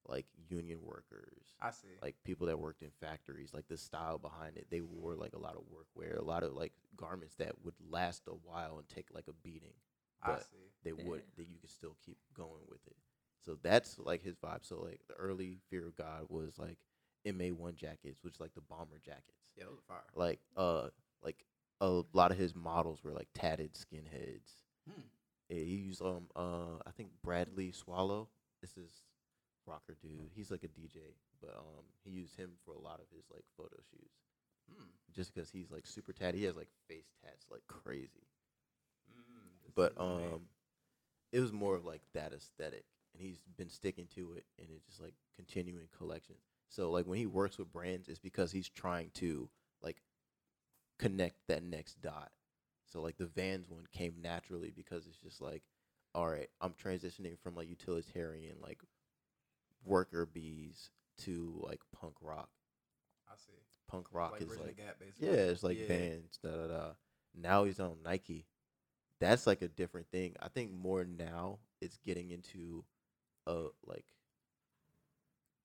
Speaker 4: like union workers
Speaker 2: I see.
Speaker 4: like people that worked in factories, like the style behind it. They wore like a lot of workwear, a lot of like garments that would last a while and take like a beating.
Speaker 2: I
Speaker 4: but-
Speaker 2: see.
Speaker 4: They would
Speaker 3: Yeah.
Speaker 4: that you could still keep going with it. So that's like his vibe. So like the early Fear of God was like MA one jackets, which is like the bomber jackets.
Speaker 2: Yeah, those are fire.
Speaker 4: Like uh like a lot of his models were like tatted skinheads.
Speaker 2: Hmm.
Speaker 4: Yeah, he used um uh I think Bradley Swallow. This is rocker dude. He's like a DJ, but um, he used him for a lot of his like photo shoots,
Speaker 2: Mm.
Speaker 4: just because he's like super tatted. He has like face tats like crazy.
Speaker 2: Mm.
Speaker 4: But
Speaker 2: Oh, man.
Speaker 4: um, it was more of like that aesthetic, and he's been sticking to it, and it's just like continuing collections. So like when he works with brands, it's because he's trying to like connect that next dot. So like the Vans one came naturally because it's just like, all right, I'm transitioning from like utilitarian like worker bees to like punk rock.
Speaker 2: I see.
Speaker 4: Punk rock is
Speaker 2: bridging the
Speaker 4: like
Speaker 2: gap, basically.
Speaker 4: yeah, it's like
Speaker 2: Yeah.
Speaker 4: Vans, da da da. Now he's on Nike. That's like a different thing. I think more now it's getting into a like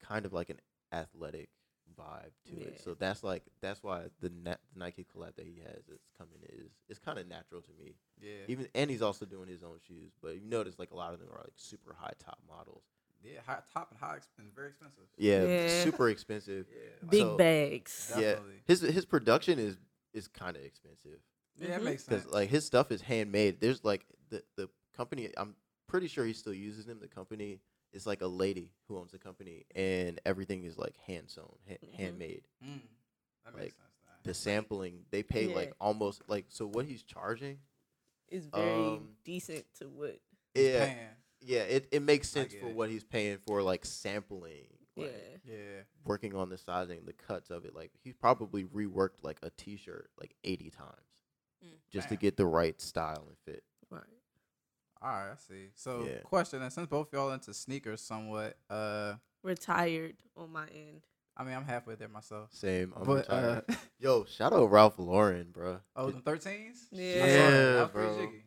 Speaker 4: kind of like an athletic vibe to
Speaker 3: Yeah.
Speaker 4: it. So that's like that's why the na- Nike collab that he has that's coming is it's kind of natural to me.
Speaker 2: Yeah.
Speaker 4: Even and he's also doing his own shoes, but you notice like a lot of them are like super high top models.
Speaker 2: yeah. High top and high expensive. Very expensive.
Speaker 4: Yeah,
Speaker 3: Yeah.
Speaker 4: super expensive.
Speaker 2: Yeah.
Speaker 3: Big
Speaker 4: So-
Speaker 3: bags.
Speaker 4: Yeah.
Speaker 2: Definitely.
Speaker 4: His his production is is kind of expensive.
Speaker 2: Yeah, that
Speaker 3: Mhm.
Speaker 2: makes sense.
Speaker 4: because like his stuff is handmade. There's like the the company. I'm pretty sure he still uses them. The company is like a lady who owns the company, and everything is like hand sewn, ha-
Speaker 3: Mhm.
Speaker 4: handmade.
Speaker 2: Mm. That makes
Speaker 4: like,
Speaker 2: sense. Nah.
Speaker 4: The sampling they pay
Speaker 3: Yeah.
Speaker 4: like almost like so what he's charging.
Speaker 3: It's very
Speaker 4: Um,
Speaker 3: decent to what.
Speaker 2: He's
Speaker 4: yeah,
Speaker 2: paying.
Speaker 4: yeah. It, it makes sense
Speaker 2: get
Speaker 4: for
Speaker 2: it.
Speaker 4: what he's paying for like sampling.
Speaker 3: Yeah.
Speaker 4: Like,
Speaker 2: Yeah.
Speaker 4: Working on the sizing, the cuts of it, like he's probably reworked like a T-shirt like eighty times,
Speaker 1: Mm.
Speaker 4: just to
Speaker 2: Damn.
Speaker 4: get the right style and fit.
Speaker 3: Right.
Speaker 2: All right, I see. So,
Speaker 4: Yeah.
Speaker 2: question, and since both y'all into sneakers somewhat, uh,
Speaker 3: Retired on my end.
Speaker 2: I mean, I'm halfway there myself.
Speaker 4: Same. I'm
Speaker 2: but
Speaker 4: retired.
Speaker 2: uh,
Speaker 4: Yo, shout out Ralph Lauren, bro.
Speaker 2: oh, the 13s.
Speaker 3: Yeah.
Speaker 2: I saw that.
Speaker 4: Yeah,
Speaker 2: that was pretty
Speaker 4: bro.
Speaker 2: jiggy.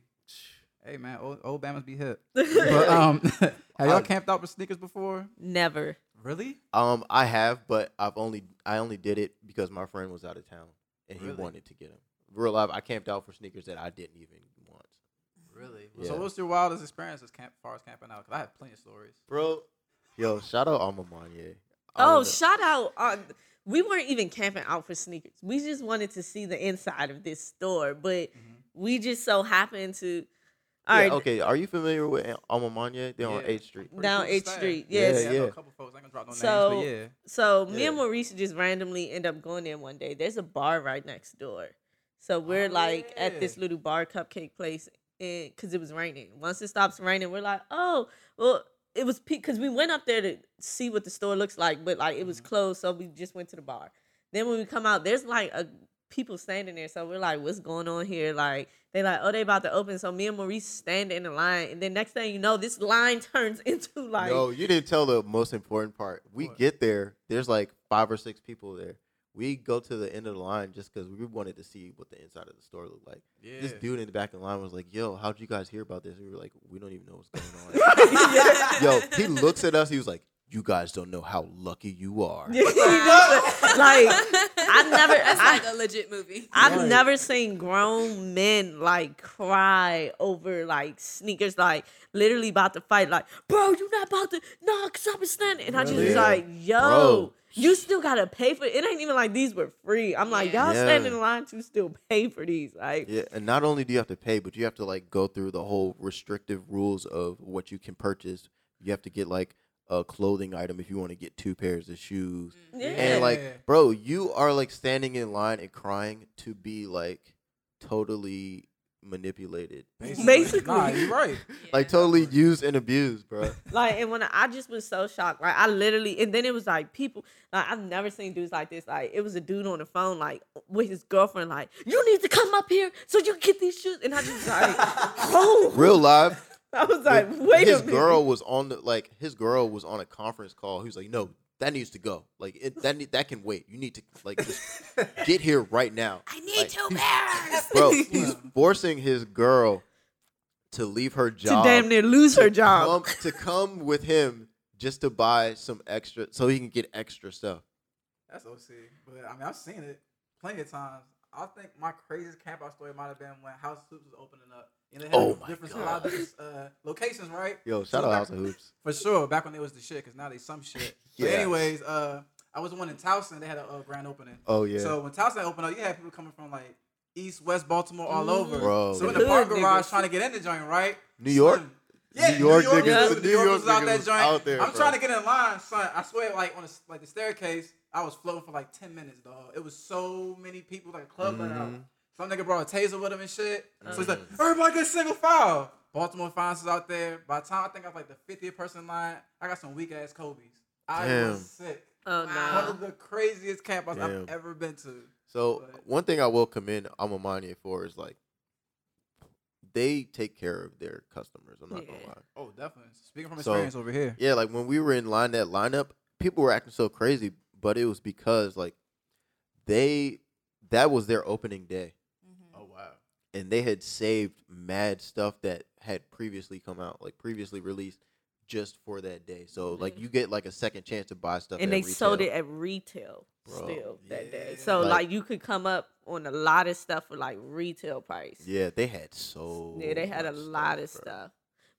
Speaker 2: Hey man, old, old Bama's be hip.
Speaker 4: Yeah.
Speaker 2: But um, have y'all
Speaker 4: I-
Speaker 2: camped out with sneakers before?
Speaker 3: Never.
Speaker 2: Really?
Speaker 4: Um, I have, but I've only I only did it because my friend was out of town and he
Speaker 2: Really?
Speaker 4: wanted to get them. Real life, I camped out for sneakers that I didn't even want.
Speaker 2: Really?
Speaker 4: Yeah.
Speaker 2: So, what's your wildest experience as camp, far as camping out? Cause I have plenty of stories.
Speaker 4: Bro, yo, shout out Alma Manye. I
Speaker 3: Oh,
Speaker 4: don't know.
Speaker 3: shout out. On, we weren't even camping out for sneakers. We just wanted to see the inside of this store, but
Speaker 2: Mhm.
Speaker 3: we just so happened to. All
Speaker 4: Yeah,
Speaker 3: right.
Speaker 4: okay, are you familiar with Al- Alma Manye? They're on
Speaker 2: Yeah.
Speaker 4: Eighth Street.
Speaker 2: Pretty
Speaker 3: Down
Speaker 2: cool
Speaker 3: H
Speaker 2: staff.
Speaker 3: Street,
Speaker 2: Yeah,
Speaker 3: yes.
Speaker 2: yeah, I know
Speaker 4: Yeah.
Speaker 2: a couple folks. I can drop no
Speaker 3: So-
Speaker 2: names, but yeah.
Speaker 3: So me and
Speaker 4: Yeah.
Speaker 3: Maurice just randomly end up going in one day. There's a bar right next door. So we're
Speaker 2: Oh,
Speaker 3: like at
Speaker 2: yeah.
Speaker 3: this little bar cupcake place and because it was raining. Once it stops raining, we're like, oh, well, it was because we went up there to see what the store looks like, but like it was
Speaker 4: Mm-hmm.
Speaker 2: Mhm.
Speaker 3: closed, so we just went to the bar. Then when we come out, there's like a people standing there, so we're like, what's going on here? Like they like, oh, they about to open. So me and Maurice stand in the line, and then next thing you know, this line turns into like
Speaker 4: no, you didn't tell the most important part. We
Speaker 2: What?
Speaker 4: get there, there's like five or six people there. We go to the end of the line just because we wanted to see what the inside of the store looked like.
Speaker 2: Yeah.
Speaker 4: This dude in the back of the line was like, "Yo, how'd you guys hear about this?" And we were like, "We don't even know what's going on." Yo, he looks at us. He was like, "You guys don't know how lucky you are."
Speaker 3: You know, like I've never
Speaker 1: That's
Speaker 3: I,
Speaker 1: like a legit movie.
Speaker 3: I've
Speaker 2: Right.
Speaker 3: never seen grown men like cry over like sneakers, like literally about to fight, like, bro, you not about to nah, cause I've been standing. And I just was
Speaker 4: Really?
Speaker 3: like, yo,
Speaker 4: Bro.
Speaker 3: you still gotta pay for it. It ain't even like these were free. I'm like,
Speaker 1: Yeah.
Speaker 3: y'all
Speaker 4: Yeah.
Speaker 3: standing in line to still pay for these. Like
Speaker 4: Yeah, and not only do you have to pay, but you have to like go through the whole restrictive rules of what you can purchase. You have to get like a clothing item if you want to get two pairs of shoes.
Speaker 3: Yeah.
Speaker 4: And
Speaker 2: Yeah.
Speaker 4: like, bro, you are like standing in line and crying to be like totally manipulated.
Speaker 3: Basically.
Speaker 2: Nah, you're right.
Speaker 4: Like totally used and abused, bro.
Speaker 3: Like, and when I, I just was so shocked, like I literally, and then it was like people, like I've never seen dudes like this. Like it was a dude on the phone, like with his girlfriend, like you need to come up here so you get these shoes. And I just like, oh,
Speaker 4: Real live.
Speaker 3: I was like,
Speaker 4: But
Speaker 3: wait
Speaker 4: his
Speaker 3: a minute.
Speaker 4: girl was on the like his girl was on a conference call. He was like, no, that needs to go. Like it, that need, that can wait. You need to like just get here right now,
Speaker 1: I need
Speaker 4: like,
Speaker 1: two
Speaker 4: he's-
Speaker 1: bears.
Speaker 4: bro. He's
Speaker 2: Wow.
Speaker 4: forcing his girl to leave her
Speaker 3: to
Speaker 4: job
Speaker 3: damn near lose her
Speaker 4: to
Speaker 3: job.
Speaker 4: come- to come with him just to buy some extra so he can get extra stuff.
Speaker 2: That's OC. But I mean, I've seen it plenty of times. I think my craziest camp out story might have been when House of Hoops was opening up. And they had
Speaker 4: Oh my
Speaker 2: different,
Speaker 4: God.
Speaker 2: a lot of different uh, locations, right?
Speaker 4: Yo, shout out House of Hoops.
Speaker 2: For sure, back when they was the shit, because now they some shit. But
Speaker 4: Yeah.
Speaker 2: anyways, uh, I was the one in Towson. They had a uh, grand opening.
Speaker 4: Oh yeah,
Speaker 2: So when Towson opened up, you had people coming from like East, West Baltimore, all
Speaker 3: Mm.
Speaker 2: over.
Speaker 4: Bro.
Speaker 2: So in the
Speaker 3: Hood
Speaker 2: park garage
Speaker 3: niggas.
Speaker 2: trying to get in the joint, right?
Speaker 4: New York?
Speaker 2: Slim, Yeah,
Speaker 4: New York
Speaker 2: New York,
Speaker 4: niggas,
Speaker 2: was-
Speaker 4: the
Speaker 2: New York was out that joint.
Speaker 4: out there.
Speaker 2: I'm
Speaker 4: bro.
Speaker 2: trying to get in line, son. I swear, like on a, like the staircase, I was floating for like ten minutes, dog. It was so many people, like a club let out.
Speaker 4: Mhm.
Speaker 2: Some nigga brought a taser with him and shit. So he's like, everybody get single file. Baltimore finds us out there. By the time I think I was like the 50th person in line, I got some weak ass Kobe's. I
Speaker 4: Damn.
Speaker 2: was sick.
Speaker 3: Oh
Speaker 1: Wow.
Speaker 4: Uh,
Speaker 2: One of the craziest campouts
Speaker 4: Damn.
Speaker 2: I've ever been to.
Speaker 4: So
Speaker 2: But-
Speaker 4: one thing I will commend Alma Mania for is like they take care of their customers. I'm not gonna
Speaker 3: Yeah.
Speaker 4: lie.
Speaker 2: Oh, definitely. Speaking from
Speaker 4: So-
Speaker 2: experience over here.
Speaker 4: Yeah, like when we were in line that lineup, people were acting so crazy, but it was because like they that was their opening day
Speaker 1: Mm-hmm.
Speaker 2: Oh wow.
Speaker 4: and they had saved mad stuff that had previously come out, like previously released just for that day. So like
Speaker 3: Mhm.
Speaker 4: you get like a second chance to buy stuff
Speaker 3: and
Speaker 4: at
Speaker 3: they sold it
Speaker 4: retail.
Speaker 3: at retail
Speaker 4: Bro,
Speaker 3: still that day.
Speaker 2: yeah.
Speaker 3: So
Speaker 4: Like-
Speaker 3: like, you could come up on a lot of stuff for like retail price.
Speaker 4: Yeah, they had so
Speaker 3: yeah, they had a
Speaker 4: much
Speaker 3: lot of
Speaker 4: bro.
Speaker 3: stuff.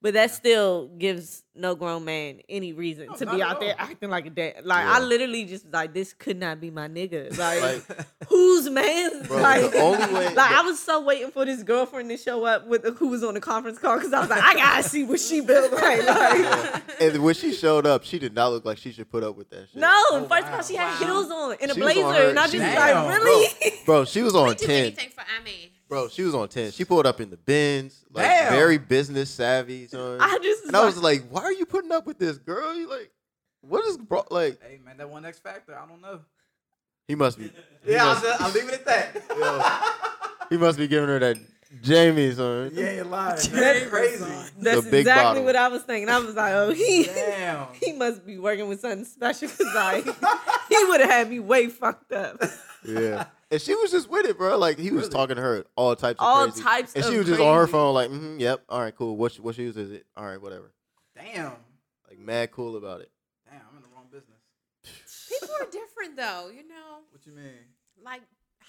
Speaker 3: But that
Speaker 2: Yeah.
Speaker 3: still gives no grown man any reason
Speaker 2: No,
Speaker 3: to
Speaker 2: not
Speaker 3: be
Speaker 2: at
Speaker 3: out there
Speaker 2: all.
Speaker 3: acting like a dad. Like I
Speaker 4: Yeah.
Speaker 3: literally just was like this could not be my nigga. Like,
Speaker 4: Like-
Speaker 3: whose man?
Speaker 4: Bro,
Speaker 3: like
Speaker 4: the only way
Speaker 3: like I was so waiting for this girlfriend to show up with who was on the conference call because I was like I gotta see what she built like. like
Speaker 4: and when she showed up, she did not look like she should put up with that shit.
Speaker 3: No,
Speaker 2: Oh,
Speaker 3: first of
Speaker 2: wow.
Speaker 3: all, she had
Speaker 1: Wow.
Speaker 3: heels on and a
Speaker 4: She was
Speaker 3: blazer,
Speaker 4: on her-
Speaker 3: and I
Speaker 4: she-
Speaker 3: just
Speaker 2: Damn,
Speaker 3: like, really?
Speaker 4: Bro, she was on
Speaker 1: do
Speaker 4: 10.
Speaker 1: anything for I mean.
Speaker 4: Bro, she was on 10. She pulled up in the bins, like
Speaker 2: Damn.
Speaker 4: very business savvy. Son.
Speaker 3: I just
Speaker 4: and I was like, why are you putting up with this girl? You like, what is bro? Like,
Speaker 2: hey man, that one X Factor, I don't know.
Speaker 4: he must be. he
Speaker 2: Yeah, I'll,
Speaker 4: must-
Speaker 2: just, I'll leave it at that.
Speaker 4: He must be giving her that Jamie, son.
Speaker 2: yeah, you're lying.
Speaker 3: That's
Speaker 2: That's crazy.
Speaker 3: that's
Speaker 4: the big
Speaker 3: exactly
Speaker 4: bottle.
Speaker 3: what I was thinking. I was like, oh, he
Speaker 2: Damn.
Speaker 3: he must be working with something special because like he would have had me way fucked up.
Speaker 4: Yeah. And she was just with it, bro. Like, he was
Speaker 2: Really?
Speaker 4: talking to her all types of
Speaker 3: All
Speaker 4: crazy.
Speaker 3: types
Speaker 4: And
Speaker 3: of
Speaker 4: she was just on her
Speaker 3: crazy.
Speaker 4: phone, like, mm yep, all right, cool. What, sh- what shoes is it? All right, whatever.
Speaker 2: Damn.
Speaker 4: Like, mad cool about it.
Speaker 2: Damn, I'm in the wrong business.
Speaker 1: People are different though, you know,
Speaker 2: What you mean?
Speaker 1: like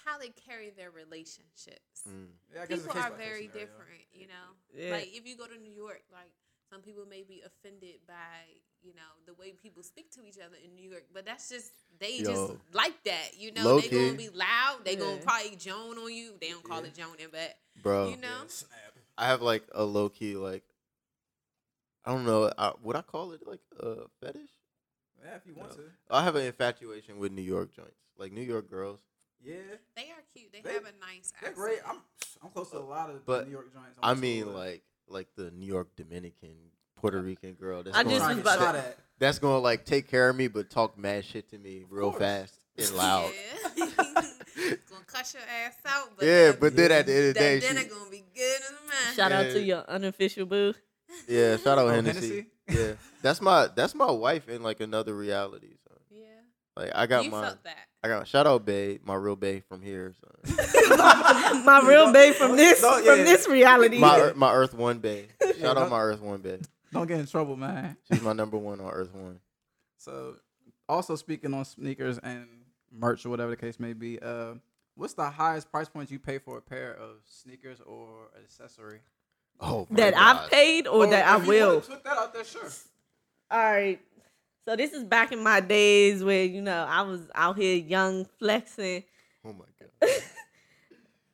Speaker 1: how they carry their relationships.
Speaker 4: Mm.
Speaker 2: Yeah, I guess it's a
Speaker 1: People are
Speaker 2: case-by-case
Speaker 1: very
Speaker 2: scenario.
Speaker 1: different, you know.
Speaker 3: Yeah.
Speaker 1: Like if you go to New York, like some people may be offended by you know the way people speak to each other in New York, but that's just they just
Speaker 4: Yo.
Speaker 1: like that, you know.
Speaker 4: Low
Speaker 1: they gonna be
Speaker 4: key.
Speaker 1: loud. They gonna
Speaker 3: Yeah.
Speaker 1: probably Joan on you. They don't call
Speaker 4: Yeah.
Speaker 1: it Joning, but
Speaker 4: Bro.
Speaker 1: you know.
Speaker 2: Yeah, snap.
Speaker 4: I have like a low key like I don't know. I, would I call it like a fetish?
Speaker 2: Yeah, if you want
Speaker 4: No.
Speaker 2: to.
Speaker 4: I have an infatuation with New York joints, like New York girls.
Speaker 2: Yeah,
Speaker 1: They are cute. They,
Speaker 2: They-
Speaker 1: have a nice
Speaker 2: they're
Speaker 1: accent.
Speaker 2: great. I'm I'm close to a lot of
Speaker 4: But,
Speaker 2: New York Giants.
Speaker 4: I mean, like like the New York Dominican Puerto Rican girl. That's
Speaker 3: I
Speaker 4: gonna,
Speaker 3: just
Speaker 2: trying
Speaker 3: was
Speaker 2: to
Speaker 3: about
Speaker 2: get
Speaker 3: to-
Speaker 2: shot at.
Speaker 4: that's gonna like take care of me, but talk mad shit to me real
Speaker 2: course.
Speaker 4: fast and loud.
Speaker 1: Yeah. gonna cut your ass out. But
Speaker 4: yeah,
Speaker 1: then
Speaker 4: but then at the end
Speaker 1: that
Speaker 4: of the day,
Speaker 1: dinner
Speaker 4: she,
Speaker 1: gonna be good in the mind.
Speaker 3: Shout out to
Speaker 4: Yeah.
Speaker 3: your unofficial boo.
Speaker 4: yeah, shout out
Speaker 2: Oh,
Speaker 4: Hennessy. Yeah, that's my that's my wife in like another reality. So.
Speaker 1: Yeah,
Speaker 4: Like I got
Speaker 1: you
Speaker 4: my
Speaker 1: felt that.
Speaker 4: I got shout out Bay, my real Bay from here. So.
Speaker 3: my, my real babe from this
Speaker 2: No, yeah.
Speaker 3: from this reality.
Speaker 4: my Ear- my Earth One Bay.
Speaker 2: Yeah,
Speaker 4: Shout out
Speaker 2: don't-
Speaker 4: my Earth One Bay.
Speaker 2: Don't get in trouble, man.
Speaker 4: She's my number one on Earth One.
Speaker 2: So, also speaking on sneakers and merch or whatever the case may be, uh, what's the highest price point you pay for a pair of sneakers or accessory?
Speaker 4: Oh,
Speaker 3: that I've paid or Oh, that I
Speaker 2: Oh, if you wanna
Speaker 3: will.
Speaker 2: Put that out there, sure.
Speaker 3: All right. So this is back in my days where you know I was out here young flexing.
Speaker 4: Oh my god.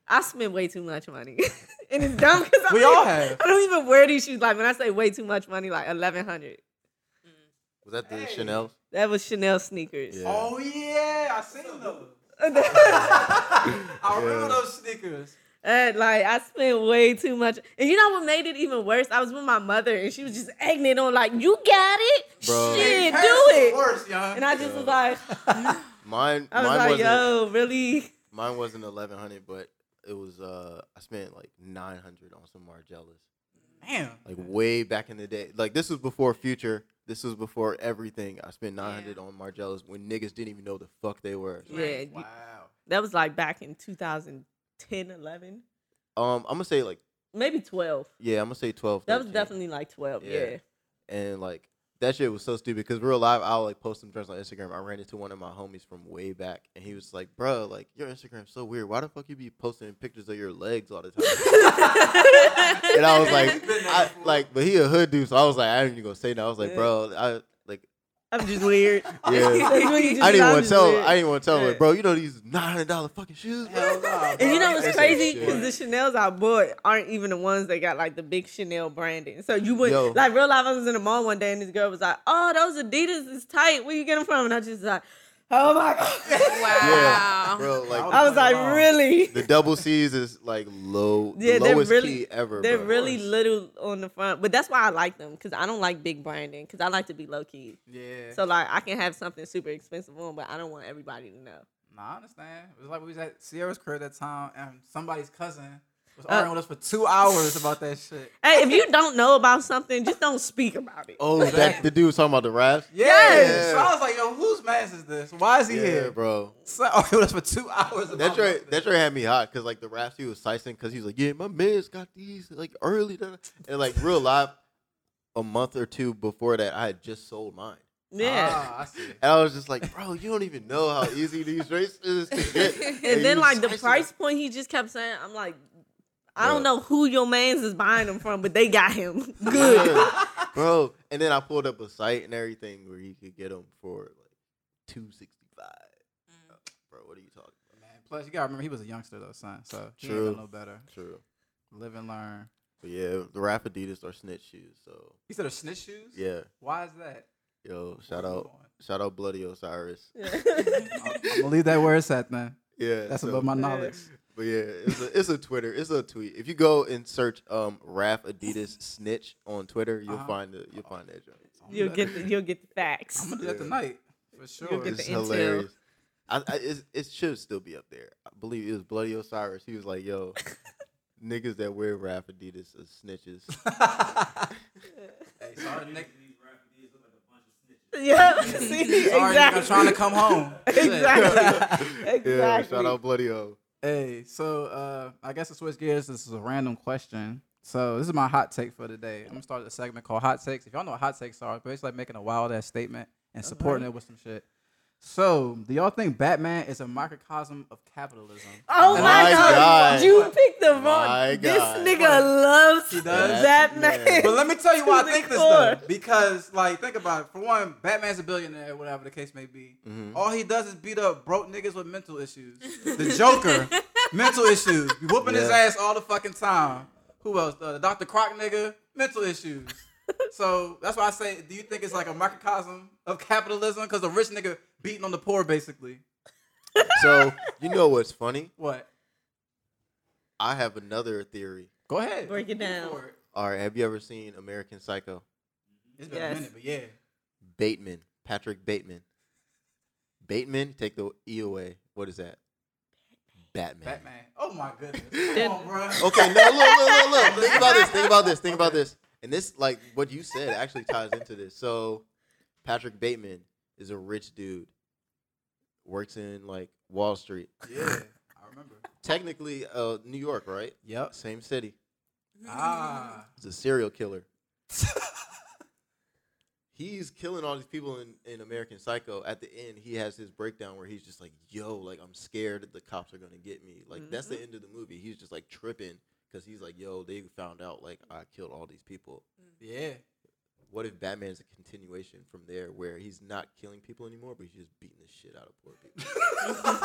Speaker 3: I spent way too much money, and it's dumb because
Speaker 2: We all have.
Speaker 3: I don't even wear these shoes. Like when I say way too much money, like eleven hundred.
Speaker 4: Was that the
Speaker 2: Hey.
Speaker 4: Chanel?
Speaker 3: That was Chanel sneakers.
Speaker 4: Yeah.
Speaker 2: Oh yeah, I seen those. I remember
Speaker 4: Yeah.
Speaker 2: those sneakers.
Speaker 3: And, like I spent way too much. And you know what made it even worse? I was with my mother, and she was just egging it on, like you got it,
Speaker 4: Bro.
Speaker 3: shit, do
Speaker 2: Paris is
Speaker 3: it.
Speaker 2: Worse, young.
Speaker 3: And I just was
Speaker 4: Yeah.
Speaker 3: like,
Speaker 4: Mine
Speaker 3: I was
Speaker 4: mine
Speaker 3: like,
Speaker 4: wasn't
Speaker 3: yo, really?
Speaker 4: mine wasn't eleven hundred, but it was uh I spent like nine hundred on some Margellas.
Speaker 2: damn.
Speaker 4: Like way back in the day. Like this was before Future. This was before everything. I spent
Speaker 1: Yeah.
Speaker 4: nine hundred on Margellas when niggas didn't even know the fuck they were.
Speaker 3: Yeah. you-
Speaker 2: Wow.
Speaker 3: That was like back in 2010, 11,
Speaker 4: Um, I'm gonna say like
Speaker 3: maybe 12.
Speaker 4: yeah, I'm gonna say twelve.
Speaker 3: That was
Speaker 4: 13.
Speaker 3: definitely like 12.
Speaker 4: Yeah.
Speaker 3: Yeah.
Speaker 4: and like that shit was so stupid because real live I'll like post some dress on Instagram. I ran into one of my homies from way back, and he was like, "Bro, like your Instagram's so weird. Why the fuck you be posting pictures of your legs all the time?" and I was like,
Speaker 2: Been there
Speaker 4: "I
Speaker 2: before.
Speaker 4: like," but he a hood dude, so I was like, "I ain't even gonna say no." I was like,
Speaker 3: Yeah.
Speaker 4: "Bro, I like
Speaker 3: I'm just weird.
Speaker 4: Yeah.
Speaker 3: That's what you just
Speaker 4: I
Speaker 3: said. I'm
Speaker 4: didn't want to
Speaker 3: just
Speaker 4: tell
Speaker 3: weird.
Speaker 4: her. I didn't want to tell her,
Speaker 3: Yeah.
Speaker 4: bro. You know these nine hundred dollar fucking shoes. bro?
Speaker 2: Hell nah,
Speaker 3: And you know
Speaker 2: bro.
Speaker 3: what's
Speaker 4: That's
Speaker 3: crazy?
Speaker 4: shit.
Speaker 3: Because the Chanel's I bought aren't even the ones that got like the big Chanel branding. So you would
Speaker 4: Yo.
Speaker 3: like real life. I was in the mall one day and this girl was like, "Oh, those Adidas is tight. Where you get them from?" And I just like, "Oh my god!"
Speaker 4: Yeah,
Speaker 1: Wow.
Speaker 4: bro. Like
Speaker 3: I was like,
Speaker 2: Wow.
Speaker 3: "Really?"
Speaker 4: the double C's is like low,
Speaker 3: Yeah,
Speaker 4: the
Speaker 3: they're
Speaker 4: lowest
Speaker 3: really-
Speaker 4: key ever.
Speaker 3: They're
Speaker 4: bro.
Speaker 3: really little on the front, but that's why I like them because I don't like big branding because I like to be low key.
Speaker 2: Yeah.
Speaker 3: So like I can have something super expensive on, but I don't want everybody to know.
Speaker 2: Nah, I understand. It was like we was at Sierra's crib that time, and somebody's cousin was
Speaker 3: Uh,
Speaker 2: arguing with us for two hours about that shit.
Speaker 3: Hey, if you don't know about something, just don't speak about it.
Speaker 4: Oh, that the dude was talking about the raps.
Speaker 2: Yeah.
Speaker 3: Yes!
Speaker 2: So I was like, yo, whose mask is this? Why is he here? Bro.
Speaker 4: bro.
Speaker 2: So arguing with us for two hours. About
Speaker 4: That right.
Speaker 2: nothing.
Speaker 4: That right had me hot because like the raps he was sicing because he was like, yeah, my man's got these like early da- da- and like real life. A month or two before that, I had just sold mine.
Speaker 3: Yeah.
Speaker 2: Ah, I see.
Speaker 4: And I was just like, bro, you don't even know how easy these races is to get. And,
Speaker 3: And then
Speaker 4: you
Speaker 3: like the
Speaker 4: slicing
Speaker 3: price point he just kept saying, I'm like, I don't
Speaker 4: Bro.
Speaker 3: know who your man's is buying them from, but they got him. Good.
Speaker 4: Yeah, bro. And then I pulled up a site and everything where you could get them for like two sixty five.
Speaker 3: Mm.
Speaker 4: Bro, what are you talking about?
Speaker 2: Man, Plus, you gotta remember he was a youngster though, son. So he
Speaker 4: True.
Speaker 2: ain't know no better.
Speaker 4: True.
Speaker 2: Live and learn.
Speaker 4: But yeah, the rap Adidas are snitch shoes. So
Speaker 2: He said a snitch shoes.
Speaker 4: yeah,
Speaker 2: Why is that?
Speaker 4: yo, shout out, shout out, Bloody Osiris.
Speaker 2: I'm I'm gonna leave that where it's at, man.
Speaker 4: Yeah,
Speaker 2: That's
Speaker 4: so-
Speaker 2: above my knowledge.
Speaker 4: But yeah, it's a, it's a Twitter, it's a tweet. If you go and search um rap Adidas snitch on Twitter, you'll
Speaker 2: Uh-huh.
Speaker 4: find the you'll find that joint.
Speaker 3: you'll get the, you'll get the facts.
Speaker 2: I'm gonna do that
Speaker 4: Yeah.
Speaker 2: tonight for sure.
Speaker 3: get
Speaker 4: It's
Speaker 3: the intel.
Speaker 4: hilarious. I, I, it's, it should still be up there. I believe it was Bloody Osiris. He was like, "Yo, niggas that wear rap Adidas are snitches."
Speaker 2: hey, sorry, Nick.
Speaker 3: Yeah. See,
Speaker 2: Sorry,
Speaker 3: exactly.
Speaker 2: I'm trying to come home. Shit.
Speaker 3: Exactly.
Speaker 4: Yeah,
Speaker 3: Exactly.
Speaker 4: shout out Bloody O.
Speaker 2: Hey, so uh, I guess to switch gears, this is a random question. So this is my hot take for today. I'm gonna start a segment called Hot Takes. If y'all know what hot takes are, it's basically like making a wild ass statement and supporting it with some shit. So, do y'all think Batman is a microcosm of capitalism?
Speaker 3: Oh my,
Speaker 4: My
Speaker 3: god.
Speaker 4: God.
Speaker 3: You picked the wrong.
Speaker 4: My
Speaker 3: this
Speaker 4: God.
Speaker 3: nigga loves
Speaker 2: does?
Speaker 3: that
Speaker 4: That's-
Speaker 3: man.
Speaker 4: yeah.
Speaker 2: But let me tell you why I
Speaker 3: To the
Speaker 2: think this
Speaker 3: core.
Speaker 2: though. Because like think about it. For one, Batman's a billionaire, whatever the case may be.
Speaker 4: Mm-hmm.
Speaker 2: All he does is beat up broke niggas with mental issues. The Joker, mental issues. You whooping his
Speaker 4: Yeah.
Speaker 2: ass all the fucking time. Who else? Uh, the Dr. Croc nigga, mental issues. so that's why I say, do you think it's like a microcosm of capitalism? Because the rich nigga beating on the poor basically.
Speaker 4: So you know what's funny?
Speaker 2: What?
Speaker 4: I have another theory.
Speaker 2: Go ahead.
Speaker 3: Break it down.
Speaker 2: For it.
Speaker 4: All right, have you ever seen American Psycho?
Speaker 2: It's been
Speaker 3: Yes.
Speaker 2: a minute, but yeah.
Speaker 4: Bateman, Patrick Bateman. Bateman, take the E away. What is that? Batman.
Speaker 2: Batman. Oh my goodness. Come on, bruh.
Speaker 4: Okay, no, look, look, look, look. Think about this. Think about this. Think about this. And this, like what you said, actually ties into this. So, Patrick Bateman is a rich dude, works in like Wall Street,
Speaker 2: Yeah, I remember.
Speaker 4: technically uh, New York, right?
Speaker 2: Yep.
Speaker 4: Same city.
Speaker 2: Ah.
Speaker 4: He's a serial killer. he's killing all these people in, in American Psycho. At the end, he has his breakdown where he's just like, yo, like, I'm scared that the cops are going to get me. Like, that's the end of the movie. He's just like tripping because he's like, yo, they found out, like, I killed all these people.
Speaker 2: Yeah.
Speaker 4: What if Batman is a continuation from there where he's not killing people anymore, but he's just beating the shit out of poor people?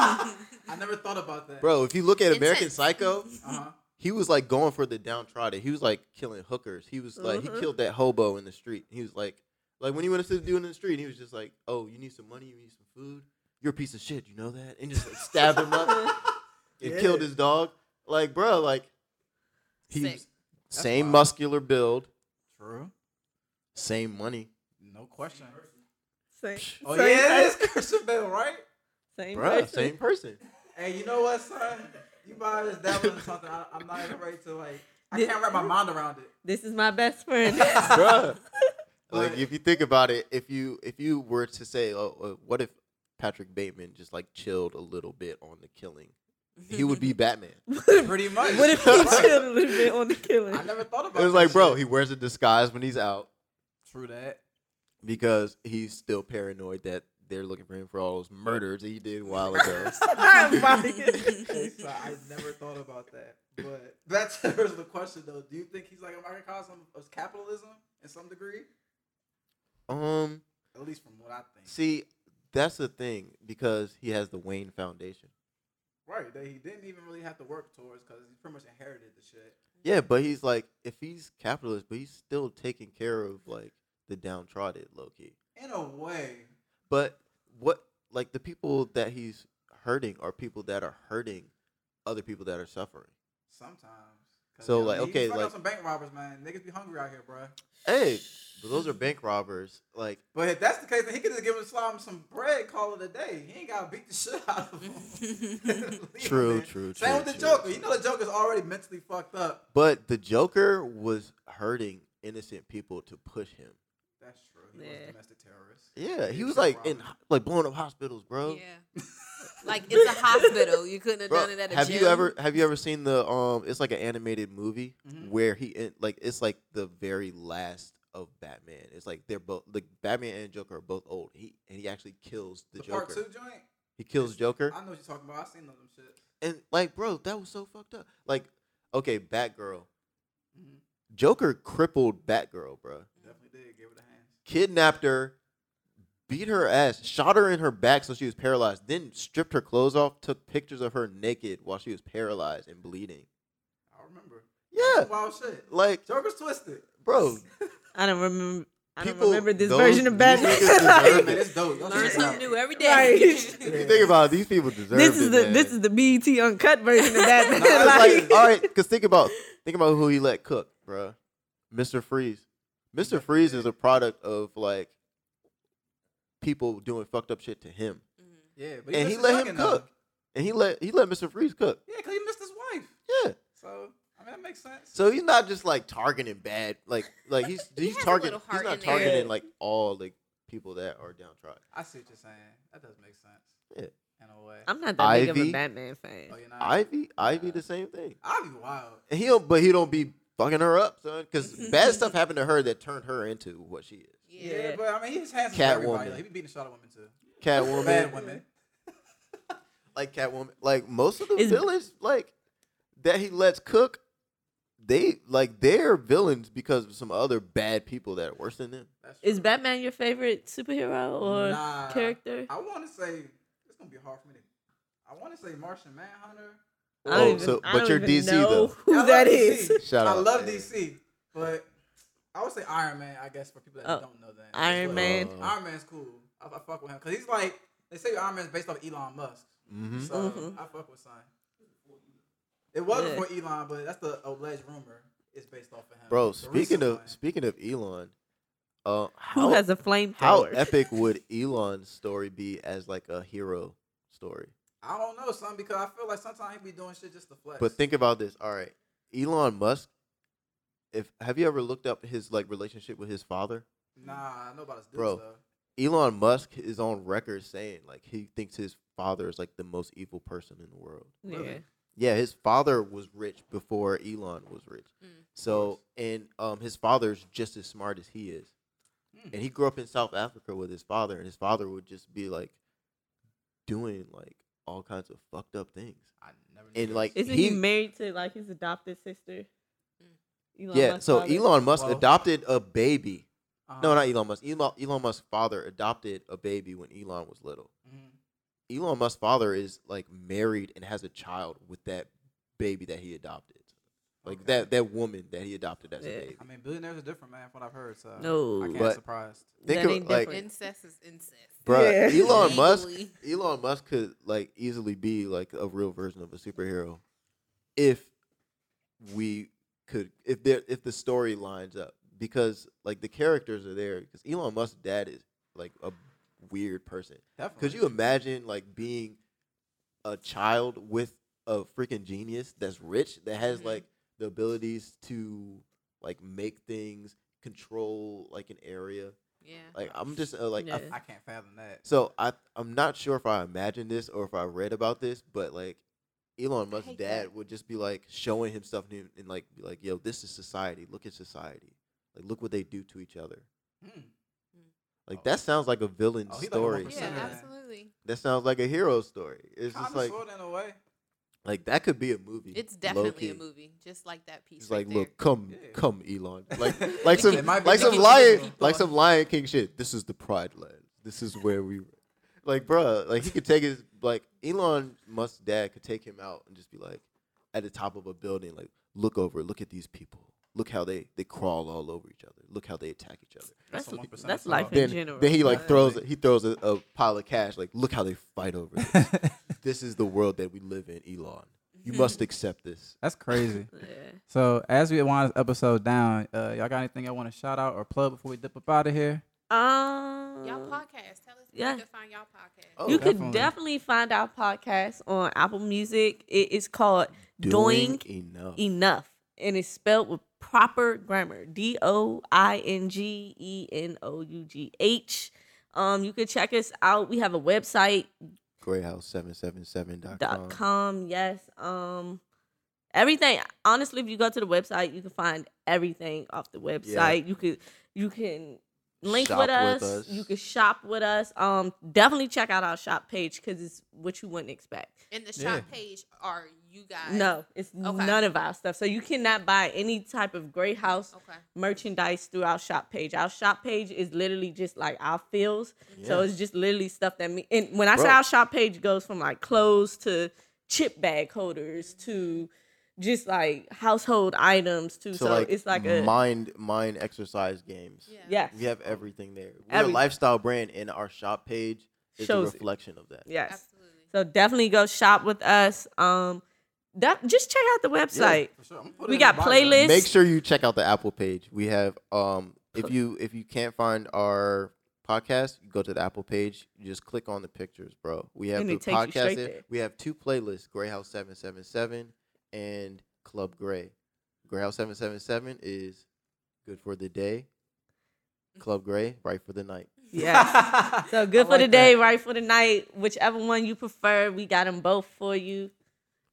Speaker 2: I never thought about that.
Speaker 4: Bro, if you look at American
Speaker 1: Intense.
Speaker 4: Psycho,
Speaker 2: Uh-huh.
Speaker 4: he was like going for the downtrodden. He was like killing hookers. He was like he killed that hobo in the street. He was like like when he went up to the dude in the street, he was just like, "Oh, you need some money. You need some food. You're a piece of shit. You know that?" And just like stabbed him up and
Speaker 2: Yeah.
Speaker 4: killed his dog. Like, bro, like he
Speaker 1: Sick.
Speaker 4: was- same
Speaker 2: wild.
Speaker 4: muscular build,
Speaker 2: True.
Speaker 4: same money,
Speaker 2: No question.
Speaker 3: Same,
Speaker 2: Oh
Speaker 3: same
Speaker 2: yeah, it is
Speaker 3: person,
Speaker 2: Christian Bale, right?
Speaker 3: Same
Speaker 4: bro,
Speaker 3: person.
Speaker 4: same person.
Speaker 2: Hey, you know what, son? You might just dabble in something. I, I'm not even ready to like. I can't wrap my mind around it.
Speaker 3: This is my best friend.
Speaker 4: Bruh.
Speaker 2: But-
Speaker 4: Like if you think about it, if you if you were to say, oh, uh, what if Patrick Bateman just like chilled a little bit on the killing, he would be Batman.
Speaker 2: Pretty much.
Speaker 3: What if he chilled a little bit on the killing?
Speaker 2: I never thought about.
Speaker 4: It was
Speaker 2: that
Speaker 4: like, bro,
Speaker 2: shit.
Speaker 4: he wears a disguise when he's out
Speaker 2: True that.
Speaker 4: because he's still paranoid that they're looking for him for all those murders that he did a while ago.
Speaker 3: Oh
Speaker 2: Hey, son, I never thought about that. But that's the original question, though. Do you think he's like a microcosm of capitalism in some degree?
Speaker 4: um,
Speaker 2: At least from what I think.
Speaker 4: See, that's the thing because he has the Wayne Foundation.
Speaker 2: Right, that he didn't even really have to work towards because he pretty much inherited the shit.
Speaker 4: Yeah, but he's like, if he's capitalist, but he's still taking care of like the downtrodden, low key.
Speaker 2: In a way,
Speaker 4: But what, like, the people that he's hurting are people that are hurting other people that are suffering.
Speaker 2: sometimes. 'Cause,
Speaker 4: So,
Speaker 2: yeah, I
Speaker 4: like,
Speaker 2: mean, he
Speaker 4: okay,
Speaker 2: fucked up
Speaker 4: like-
Speaker 2: some bank robbers, man. Niggas be hungry out here, bruh.
Speaker 4: Hey, but those are bank robbers. Like,
Speaker 2: But if that's the case, then he could just give him slime some bread, call it a day. He ain't gotta beat the shit out of him. Leave him
Speaker 4: True,
Speaker 2: there.
Speaker 4: true,
Speaker 2: Same
Speaker 4: true,
Speaker 2: with the
Speaker 4: true,
Speaker 2: Joker. You
Speaker 4: true.
Speaker 2: know the Joker's already mentally fucked up.
Speaker 4: but the Joker was hurting innocent people to push him.
Speaker 2: That's true. He was
Speaker 3: Yeah.
Speaker 2: a domestic terrorist.
Speaker 4: Yeah, he
Speaker 2: Yeah,
Speaker 4: was
Speaker 2: so
Speaker 4: like in
Speaker 2: Robin.
Speaker 4: like blowing up hospitals, bro.
Speaker 1: Yeah. like it's a hospital. You couldn't have
Speaker 4: Bro,
Speaker 1: done it at a
Speaker 4: have
Speaker 1: gym.
Speaker 4: you ever have you ever seen the um? It's like an animated movie
Speaker 2: Mhm.
Speaker 4: where he in, like it's like the very last of Batman. It's like they're both like Batman and Joker are both old. He and he actually kills the,
Speaker 2: The, part
Speaker 4: Joker.
Speaker 2: two joint.
Speaker 4: He kills Joker
Speaker 2: I know what you're talking about. I seen all them shit.
Speaker 4: and like bro, that was so fucked up. Like okay, Batgirl,
Speaker 2: Mhm.
Speaker 4: Joker crippled Batgirl, bro.
Speaker 2: Definitely did give it a hand.
Speaker 4: Kidnapped her, beat her ass, shot her in her back so she was paralyzed. Then stripped her clothes off, took pictures of her naked while she was paralyzed and bleeding.
Speaker 2: I remember.
Speaker 4: Yeah,
Speaker 2: Some Wild shit.
Speaker 4: like
Speaker 2: Joker's twisted.
Speaker 4: bro,
Speaker 3: I don't remember. I don't
Speaker 4: People-
Speaker 3: remember this
Speaker 4: those-
Speaker 3: version of
Speaker 4: these
Speaker 3: Batman.
Speaker 4: niggas deserve
Speaker 2: Man,
Speaker 4: it.
Speaker 2: it's dope. Y'all
Speaker 1: learn
Speaker 2: should
Speaker 1: something
Speaker 2: know.
Speaker 1: new every
Speaker 3: Right.
Speaker 1: day? Mm-hmm.
Speaker 4: If you think about it, these people deserve
Speaker 3: this is
Speaker 4: it,
Speaker 3: the
Speaker 4: man.
Speaker 3: this is the BET uncut version of Batman.
Speaker 4: No, it's
Speaker 3: like,
Speaker 4: like, all right, because think about think about who he let cook, bruh. Mr. Freeze. Mr. Freeze is a product of like people doing fucked up shit to him,
Speaker 2: Yeah, but
Speaker 4: and
Speaker 2: missed
Speaker 4: he
Speaker 2: his
Speaker 4: let him
Speaker 2: youngin' though.
Speaker 4: cook, and he let he let Mr. Freeze cook.
Speaker 2: Yeah, because he missed his wife.
Speaker 4: Yeah,
Speaker 2: So I mean that makes sense.
Speaker 4: so he's not just like targeting bad, like like he's
Speaker 1: He
Speaker 4: he's
Speaker 1: has a
Speaker 4: targeting
Speaker 1: little
Speaker 4: he's
Speaker 1: heart
Speaker 4: not
Speaker 1: in there.
Speaker 4: targeting like all like people that are downtrodden.
Speaker 2: I see what you're saying. That does make sense.
Speaker 4: Yeah.
Speaker 2: In a way.
Speaker 3: I'm not that big of
Speaker 4: Ivy.
Speaker 3: a Batman fan.
Speaker 2: oh, you
Speaker 1: Uh,
Speaker 2: know,
Speaker 4: Ivy Ivy the same thing.
Speaker 2: I'd be wild.
Speaker 4: And he don't, but he don't be fucking her up, son, because bad stuff happened to her that turned her into what she is.
Speaker 2: Yeah.
Speaker 1: Yeah.
Speaker 2: but I mean he's handsome for
Speaker 4: Catwoman.
Speaker 2: everybody. Like, he be beating the shot at women too.
Speaker 4: Catwoman,
Speaker 2: Bad women.
Speaker 4: like Catwoman, like most of the
Speaker 3: Is-
Speaker 4: villains, like that he lets cook, they like they're villains because of some other bad people that are worse than them.
Speaker 2: That's
Speaker 3: Is
Speaker 2: true.
Speaker 3: Batman your favorite superhero or
Speaker 2: Nah.
Speaker 3: character?
Speaker 2: I wanna say it's gonna be hard for me to I wanna say Martian Manhunter.
Speaker 3: I
Speaker 4: Oh,
Speaker 3: don't even,
Speaker 4: so-
Speaker 3: I
Speaker 4: but
Speaker 3: don't
Speaker 4: you're
Speaker 3: even
Speaker 4: DC
Speaker 3: know
Speaker 4: though.
Speaker 2: I
Speaker 3: Who
Speaker 2: love
Speaker 3: that
Speaker 2: DC.
Speaker 3: is?
Speaker 4: Shout
Speaker 2: I
Speaker 4: out,
Speaker 2: love
Speaker 4: man.
Speaker 2: DC, but I would say Iron Man. I guess for people that
Speaker 3: Oh,
Speaker 2: don't know that
Speaker 3: Iron
Speaker 2: But
Speaker 3: Man.
Speaker 4: Oh.
Speaker 2: Iron Man's cool. I, I fuck with him because he's like they say Iron Man's based off Elon Musk,
Speaker 4: Mhm.
Speaker 2: so
Speaker 3: Mhm.
Speaker 2: I fuck with Sign. It was
Speaker 3: Yeah.
Speaker 2: before Elon, but that's the alleged rumor. It's based off of him.
Speaker 4: bro.
Speaker 2: The
Speaker 4: Speaking
Speaker 2: recent
Speaker 4: of
Speaker 2: one.
Speaker 4: speaking of Elon, uh,
Speaker 3: Who
Speaker 4: how
Speaker 3: has a flamethrower?
Speaker 4: how epic would Elon's story be as like a hero story?
Speaker 2: I don't know son because I feel like sometimes he be doing shit just to flex.
Speaker 4: But think about this. All right, Elon Musk. If have you ever looked up his like relationship with his father?
Speaker 2: nah, nobody's doing
Speaker 4: Bro.
Speaker 2: so.
Speaker 4: Elon Musk is on record saying like he thinks his father is like the most evil person in the world.
Speaker 3: yeah.
Speaker 2: Really?
Speaker 4: Yeah, his father was rich before Elon was rich.
Speaker 1: Mm.
Speaker 4: So and um his father's just as smart as he is.
Speaker 2: Hmm.
Speaker 4: And he grew up in South Africa with his father and his father would just be like doing like all kinds of fucked up things.
Speaker 2: I never. knew
Speaker 4: And
Speaker 2: this.
Speaker 4: like
Speaker 3: Isn't he,
Speaker 4: he,
Speaker 3: married to like his adopted sister? Elon
Speaker 4: yeah,
Speaker 3: Musk's
Speaker 4: so
Speaker 3: father?
Speaker 4: Elon Musk
Speaker 2: Well-
Speaker 4: adopted a baby.
Speaker 2: Uh-huh.
Speaker 4: No, not Elon Musk. Elon Elon Musk's father adopted a baby when Elon was little.
Speaker 2: Mhm.
Speaker 4: Elon Musk's father is like married and has a child with that baby that he adopted. Like
Speaker 2: Okay.
Speaker 4: that that woman that he adopted as a
Speaker 3: Yeah.
Speaker 4: baby.
Speaker 2: I mean, billionaires are different, man. From what I've heard, so
Speaker 3: No.
Speaker 2: I can't
Speaker 4: But-
Speaker 2: surprised.
Speaker 4: Think
Speaker 3: That
Speaker 4: of
Speaker 3: ain't
Speaker 4: like
Speaker 3: different.
Speaker 1: Incest is incest.
Speaker 4: bro,
Speaker 3: Yeah.
Speaker 4: Elon Musk
Speaker 1: Legally.
Speaker 4: Elon Musk could like easily be like a real version of a superhero if we could if there if the story lines up because like the characters are there because Elon Musk's dad is like a weird person.
Speaker 2: Definitely.
Speaker 4: Could you imagine like being a child with a freaking genius that's rich that has
Speaker 1: Mhm.
Speaker 4: like the abilities to like make things control like an area?
Speaker 1: Yeah.
Speaker 4: Like I'm just uh, like I-
Speaker 3: Yeah.
Speaker 2: I can't fathom that.
Speaker 4: so I I'm not sure if I imagined this or if I read about this, but like Elon Musk's
Speaker 1: hate
Speaker 4: dad
Speaker 1: that.
Speaker 4: would just be like showing him stuff and, and like be like, "Yo, this is society. Look at society. Like look what they do to each other."
Speaker 2: Hmm.
Speaker 4: Like
Speaker 2: Oh.
Speaker 4: that sounds like a villain
Speaker 2: Oh, he like a
Speaker 4: story.
Speaker 2: Percent
Speaker 1: Yeah,
Speaker 2: of that.
Speaker 1: absolutely.
Speaker 4: That sounds like a hero story. It's
Speaker 2: Kind
Speaker 4: just
Speaker 2: of
Speaker 4: like
Speaker 2: sort of in a way.
Speaker 4: Like that could be a movie.
Speaker 1: It's
Speaker 4: low
Speaker 1: definitely a
Speaker 4: key.
Speaker 1: movie, just like that piece.
Speaker 4: It's
Speaker 1: right
Speaker 4: like,
Speaker 1: there.
Speaker 4: look, come,
Speaker 2: Yeah.
Speaker 4: come, Elon. Like, like some,
Speaker 2: It might be
Speaker 4: like some
Speaker 2: Mickey
Speaker 4: lion,
Speaker 2: Mouse.
Speaker 4: like some Lion King shit. This is the Pride Land. This is where we, like, bruh, Like he could take his, like, Elon Musk's dad could take him out and just be like, at the top of a building, like, look over, look at these people, look how they they crawl all over each other, look how they attack each other.
Speaker 3: That's,
Speaker 2: That's a
Speaker 3: that's,
Speaker 2: 1%
Speaker 3: life
Speaker 2: sell-off.
Speaker 3: in
Speaker 4: Then,
Speaker 3: general.
Speaker 4: then he like
Speaker 3: but-
Speaker 4: throws, he throws a, a pile of cash. Like, look how they fight over. This. this is the world that we live in, Elon.
Speaker 1: Mm-hmm.
Speaker 4: You must accept this.
Speaker 2: That's crazy.
Speaker 3: Yeah.
Speaker 2: So as we wind this episode down, uh, y'all got anything y'all want to shout out or plug before we dip up out of here?
Speaker 3: Um,
Speaker 1: Y'all podcast. Tell us where
Speaker 3: yeah.
Speaker 1: you can find y'all podcast.
Speaker 4: Oh,
Speaker 3: you
Speaker 2: definitely.
Speaker 3: could definitely find our podcast on Apple Music. It is called Doing e
Speaker 4: enough.
Speaker 3: Enough, and it's spelled with proper grammar. D O I N G E N O U G H. Um, you could check us out. We have a website dot
Speaker 4: greyhouse777.com.
Speaker 3: com. Yes. Um, everything. Honestly, if you go to the website, you can find everything off the website. You could you can link
Speaker 4: Shop
Speaker 3: with
Speaker 4: with
Speaker 3: us.
Speaker 4: us.
Speaker 3: You can shop with us. Um, definitely check out our shop page because it's what you wouldn't expect.
Speaker 1: And the
Speaker 2: Yeah.
Speaker 1: shop page are you guys?
Speaker 3: No, it's
Speaker 1: Okay.
Speaker 3: none of our stuff. So you cannot buy any type of Great House
Speaker 1: Okay.
Speaker 3: merchandise through our shop page. Our shop page is literally just like our feels. So
Speaker 4: Yeah.
Speaker 3: it's just literally stuff that me and when I say
Speaker 4: Bro.
Speaker 3: our shop page goes from like clothes to chip bag holders to just like household items too.
Speaker 4: So,
Speaker 3: so
Speaker 4: like,
Speaker 3: it's like a
Speaker 4: mind mind exercise games.
Speaker 1: Yeah.
Speaker 3: yes.
Speaker 4: We have everything there. We're
Speaker 3: Everything.
Speaker 4: a lifestyle brand, and our shop page is
Speaker 3: Shows
Speaker 4: a
Speaker 3: it.
Speaker 4: reflection of that.
Speaker 3: Yes.
Speaker 1: Absolutely.
Speaker 3: So definitely go shop with us. Um that just check out the website.
Speaker 2: For sure. I'm gonna put
Speaker 3: We
Speaker 2: it in the
Speaker 3: got
Speaker 2: bio.
Speaker 3: playlists.
Speaker 4: Make sure you check out the Apple page. We have um if you if you can't find our podcast, you go to the Apple page, you just click on the pictures, bro. We have
Speaker 3: And
Speaker 4: the
Speaker 3: it takes you
Speaker 4: podcast.
Speaker 3: straight
Speaker 4: in-
Speaker 3: there.
Speaker 4: We have two playlists, Grey House 777 and Club Grey. Grey House 777 is good for the day. Club Grey, right for the night.
Speaker 3: Yes. So good
Speaker 2: I
Speaker 3: for
Speaker 2: like
Speaker 3: the day,
Speaker 2: that.
Speaker 3: right for the night, whichever one you prefer. We got them both for you.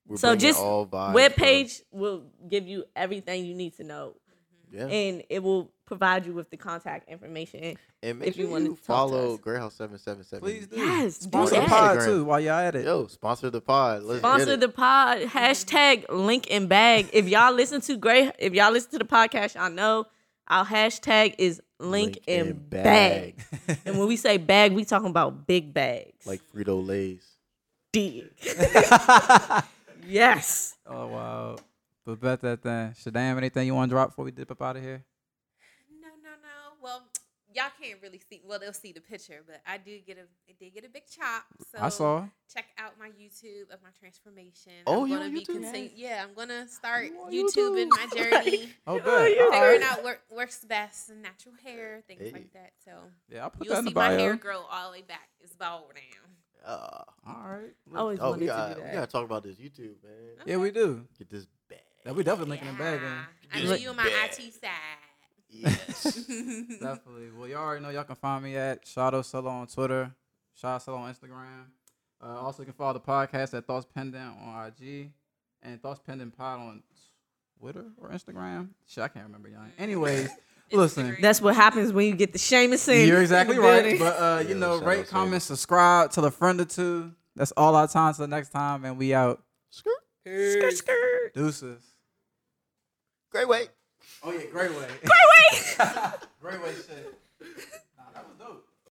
Speaker 4: We're
Speaker 3: So
Speaker 4: bringing
Speaker 3: just
Speaker 4: all vibes, bro.
Speaker 3: Web page will give you everything you need to know,
Speaker 4: Yeah.
Speaker 3: and it will provide you with the contact information.
Speaker 4: And make
Speaker 3: if you
Speaker 4: sure
Speaker 3: wanna
Speaker 4: you
Speaker 3: talk to
Speaker 4: follow
Speaker 3: us.
Speaker 4: Greyhouse 777.
Speaker 2: Please do.
Speaker 3: Yes, do
Speaker 2: Sponsor the
Speaker 4: that.
Speaker 2: pod
Speaker 4: Instagram.
Speaker 2: too while y'all at it.
Speaker 4: Yo, sponsor the pod. Let's get
Speaker 3: Sponsor
Speaker 4: it.
Speaker 3: the pod. Hashtag link and bag. If y'all listen to great, if y'all listen to the podcast, y'all know our hashtag is link, and, bag. and when we say bag, we talking about big bags.
Speaker 4: like Frito Lay's.
Speaker 3: dig. yes.
Speaker 2: oh wow. But bet that thing. Shadam, anything you want to drop before we dip up out of here?
Speaker 1: No, no, no. Well, y'all can't really see. Well, they'll see the picture, but I do get a. I did get a big chop. So
Speaker 2: I saw.
Speaker 1: Check out my YouTube of my transformation.
Speaker 4: Oh,
Speaker 1: I'm
Speaker 4: you
Speaker 1: gonna
Speaker 4: on
Speaker 1: be
Speaker 4: YouTube?
Speaker 1: contin- Yeah, I'm gonna start
Speaker 4: You on
Speaker 1: YouTubing
Speaker 4: YouTube?
Speaker 1: my journey,
Speaker 2: Oh, bet.
Speaker 3: you're
Speaker 2: All right.
Speaker 1: figuring out what works best and natural hair, things
Speaker 4: Hey.
Speaker 1: like that. So
Speaker 2: Yeah, I'll put that
Speaker 1: you'll
Speaker 2: in the
Speaker 1: see my
Speaker 2: bio.
Speaker 1: hair grow all the way back. It's bald now.
Speaker 4: Uh,
Speaker 2: All right.
Speaker 3: I always
Speaker 4: oh,
Speaker 3: wanted
Speaker 4: we gotta,
Speaker 3: to do
Speaker 4: we
Speaker 3: that.
Speaker 4: gotta talk about this YouTube, man.
Speaker 2: Yeah, we do.
Speaker 4: Get this bag.
Speaker 2: Yeah, we definitely linking it back
Speaker 1: Yeah.
Speaker 2: in.
Speaker 1: I
Speaker 4: Just
Speaker 1: know you on my
Speaker 4: bad.
Speaker 1: IT
Speaker 4: Yes.
Speaker 1: side.
Speaker 2: Definitely. Well, y'all already know y'all can find me at Shadow Solo on Twitter, Shadow Solo on Instagram. Uh, also, you can follow the podcast at Thoughts Pendant on IG and Thoughts Pendant Pod on Twitter or Instagram. Shit, I can't remember, y'all. Anyways, listen.
Speaker 1: Instagram.
Speaker 3: That's what happens when you get the Jameson.
Speaker 2: You're exactly
Speaker 3: in the
Speaker 2: right.
Speaker 3: building.
Speaker 2: But uh,
Speaker 4: Yeah,
Speaker 2: you know,
Speaker 4: shout out
Speaker 2: rate,
Speaker 4: to
Speaker 2: comment, subscribe, tell a friend or two. That's all our time. Till next time, and we out.
Speaker 4: Skirt.
Speaker 3: Skirt, skirt.
Speaker 2: Deuces.
Speaker 4: Great way.
Speaker 2: Oh yeah, great way. Great way. great way shit.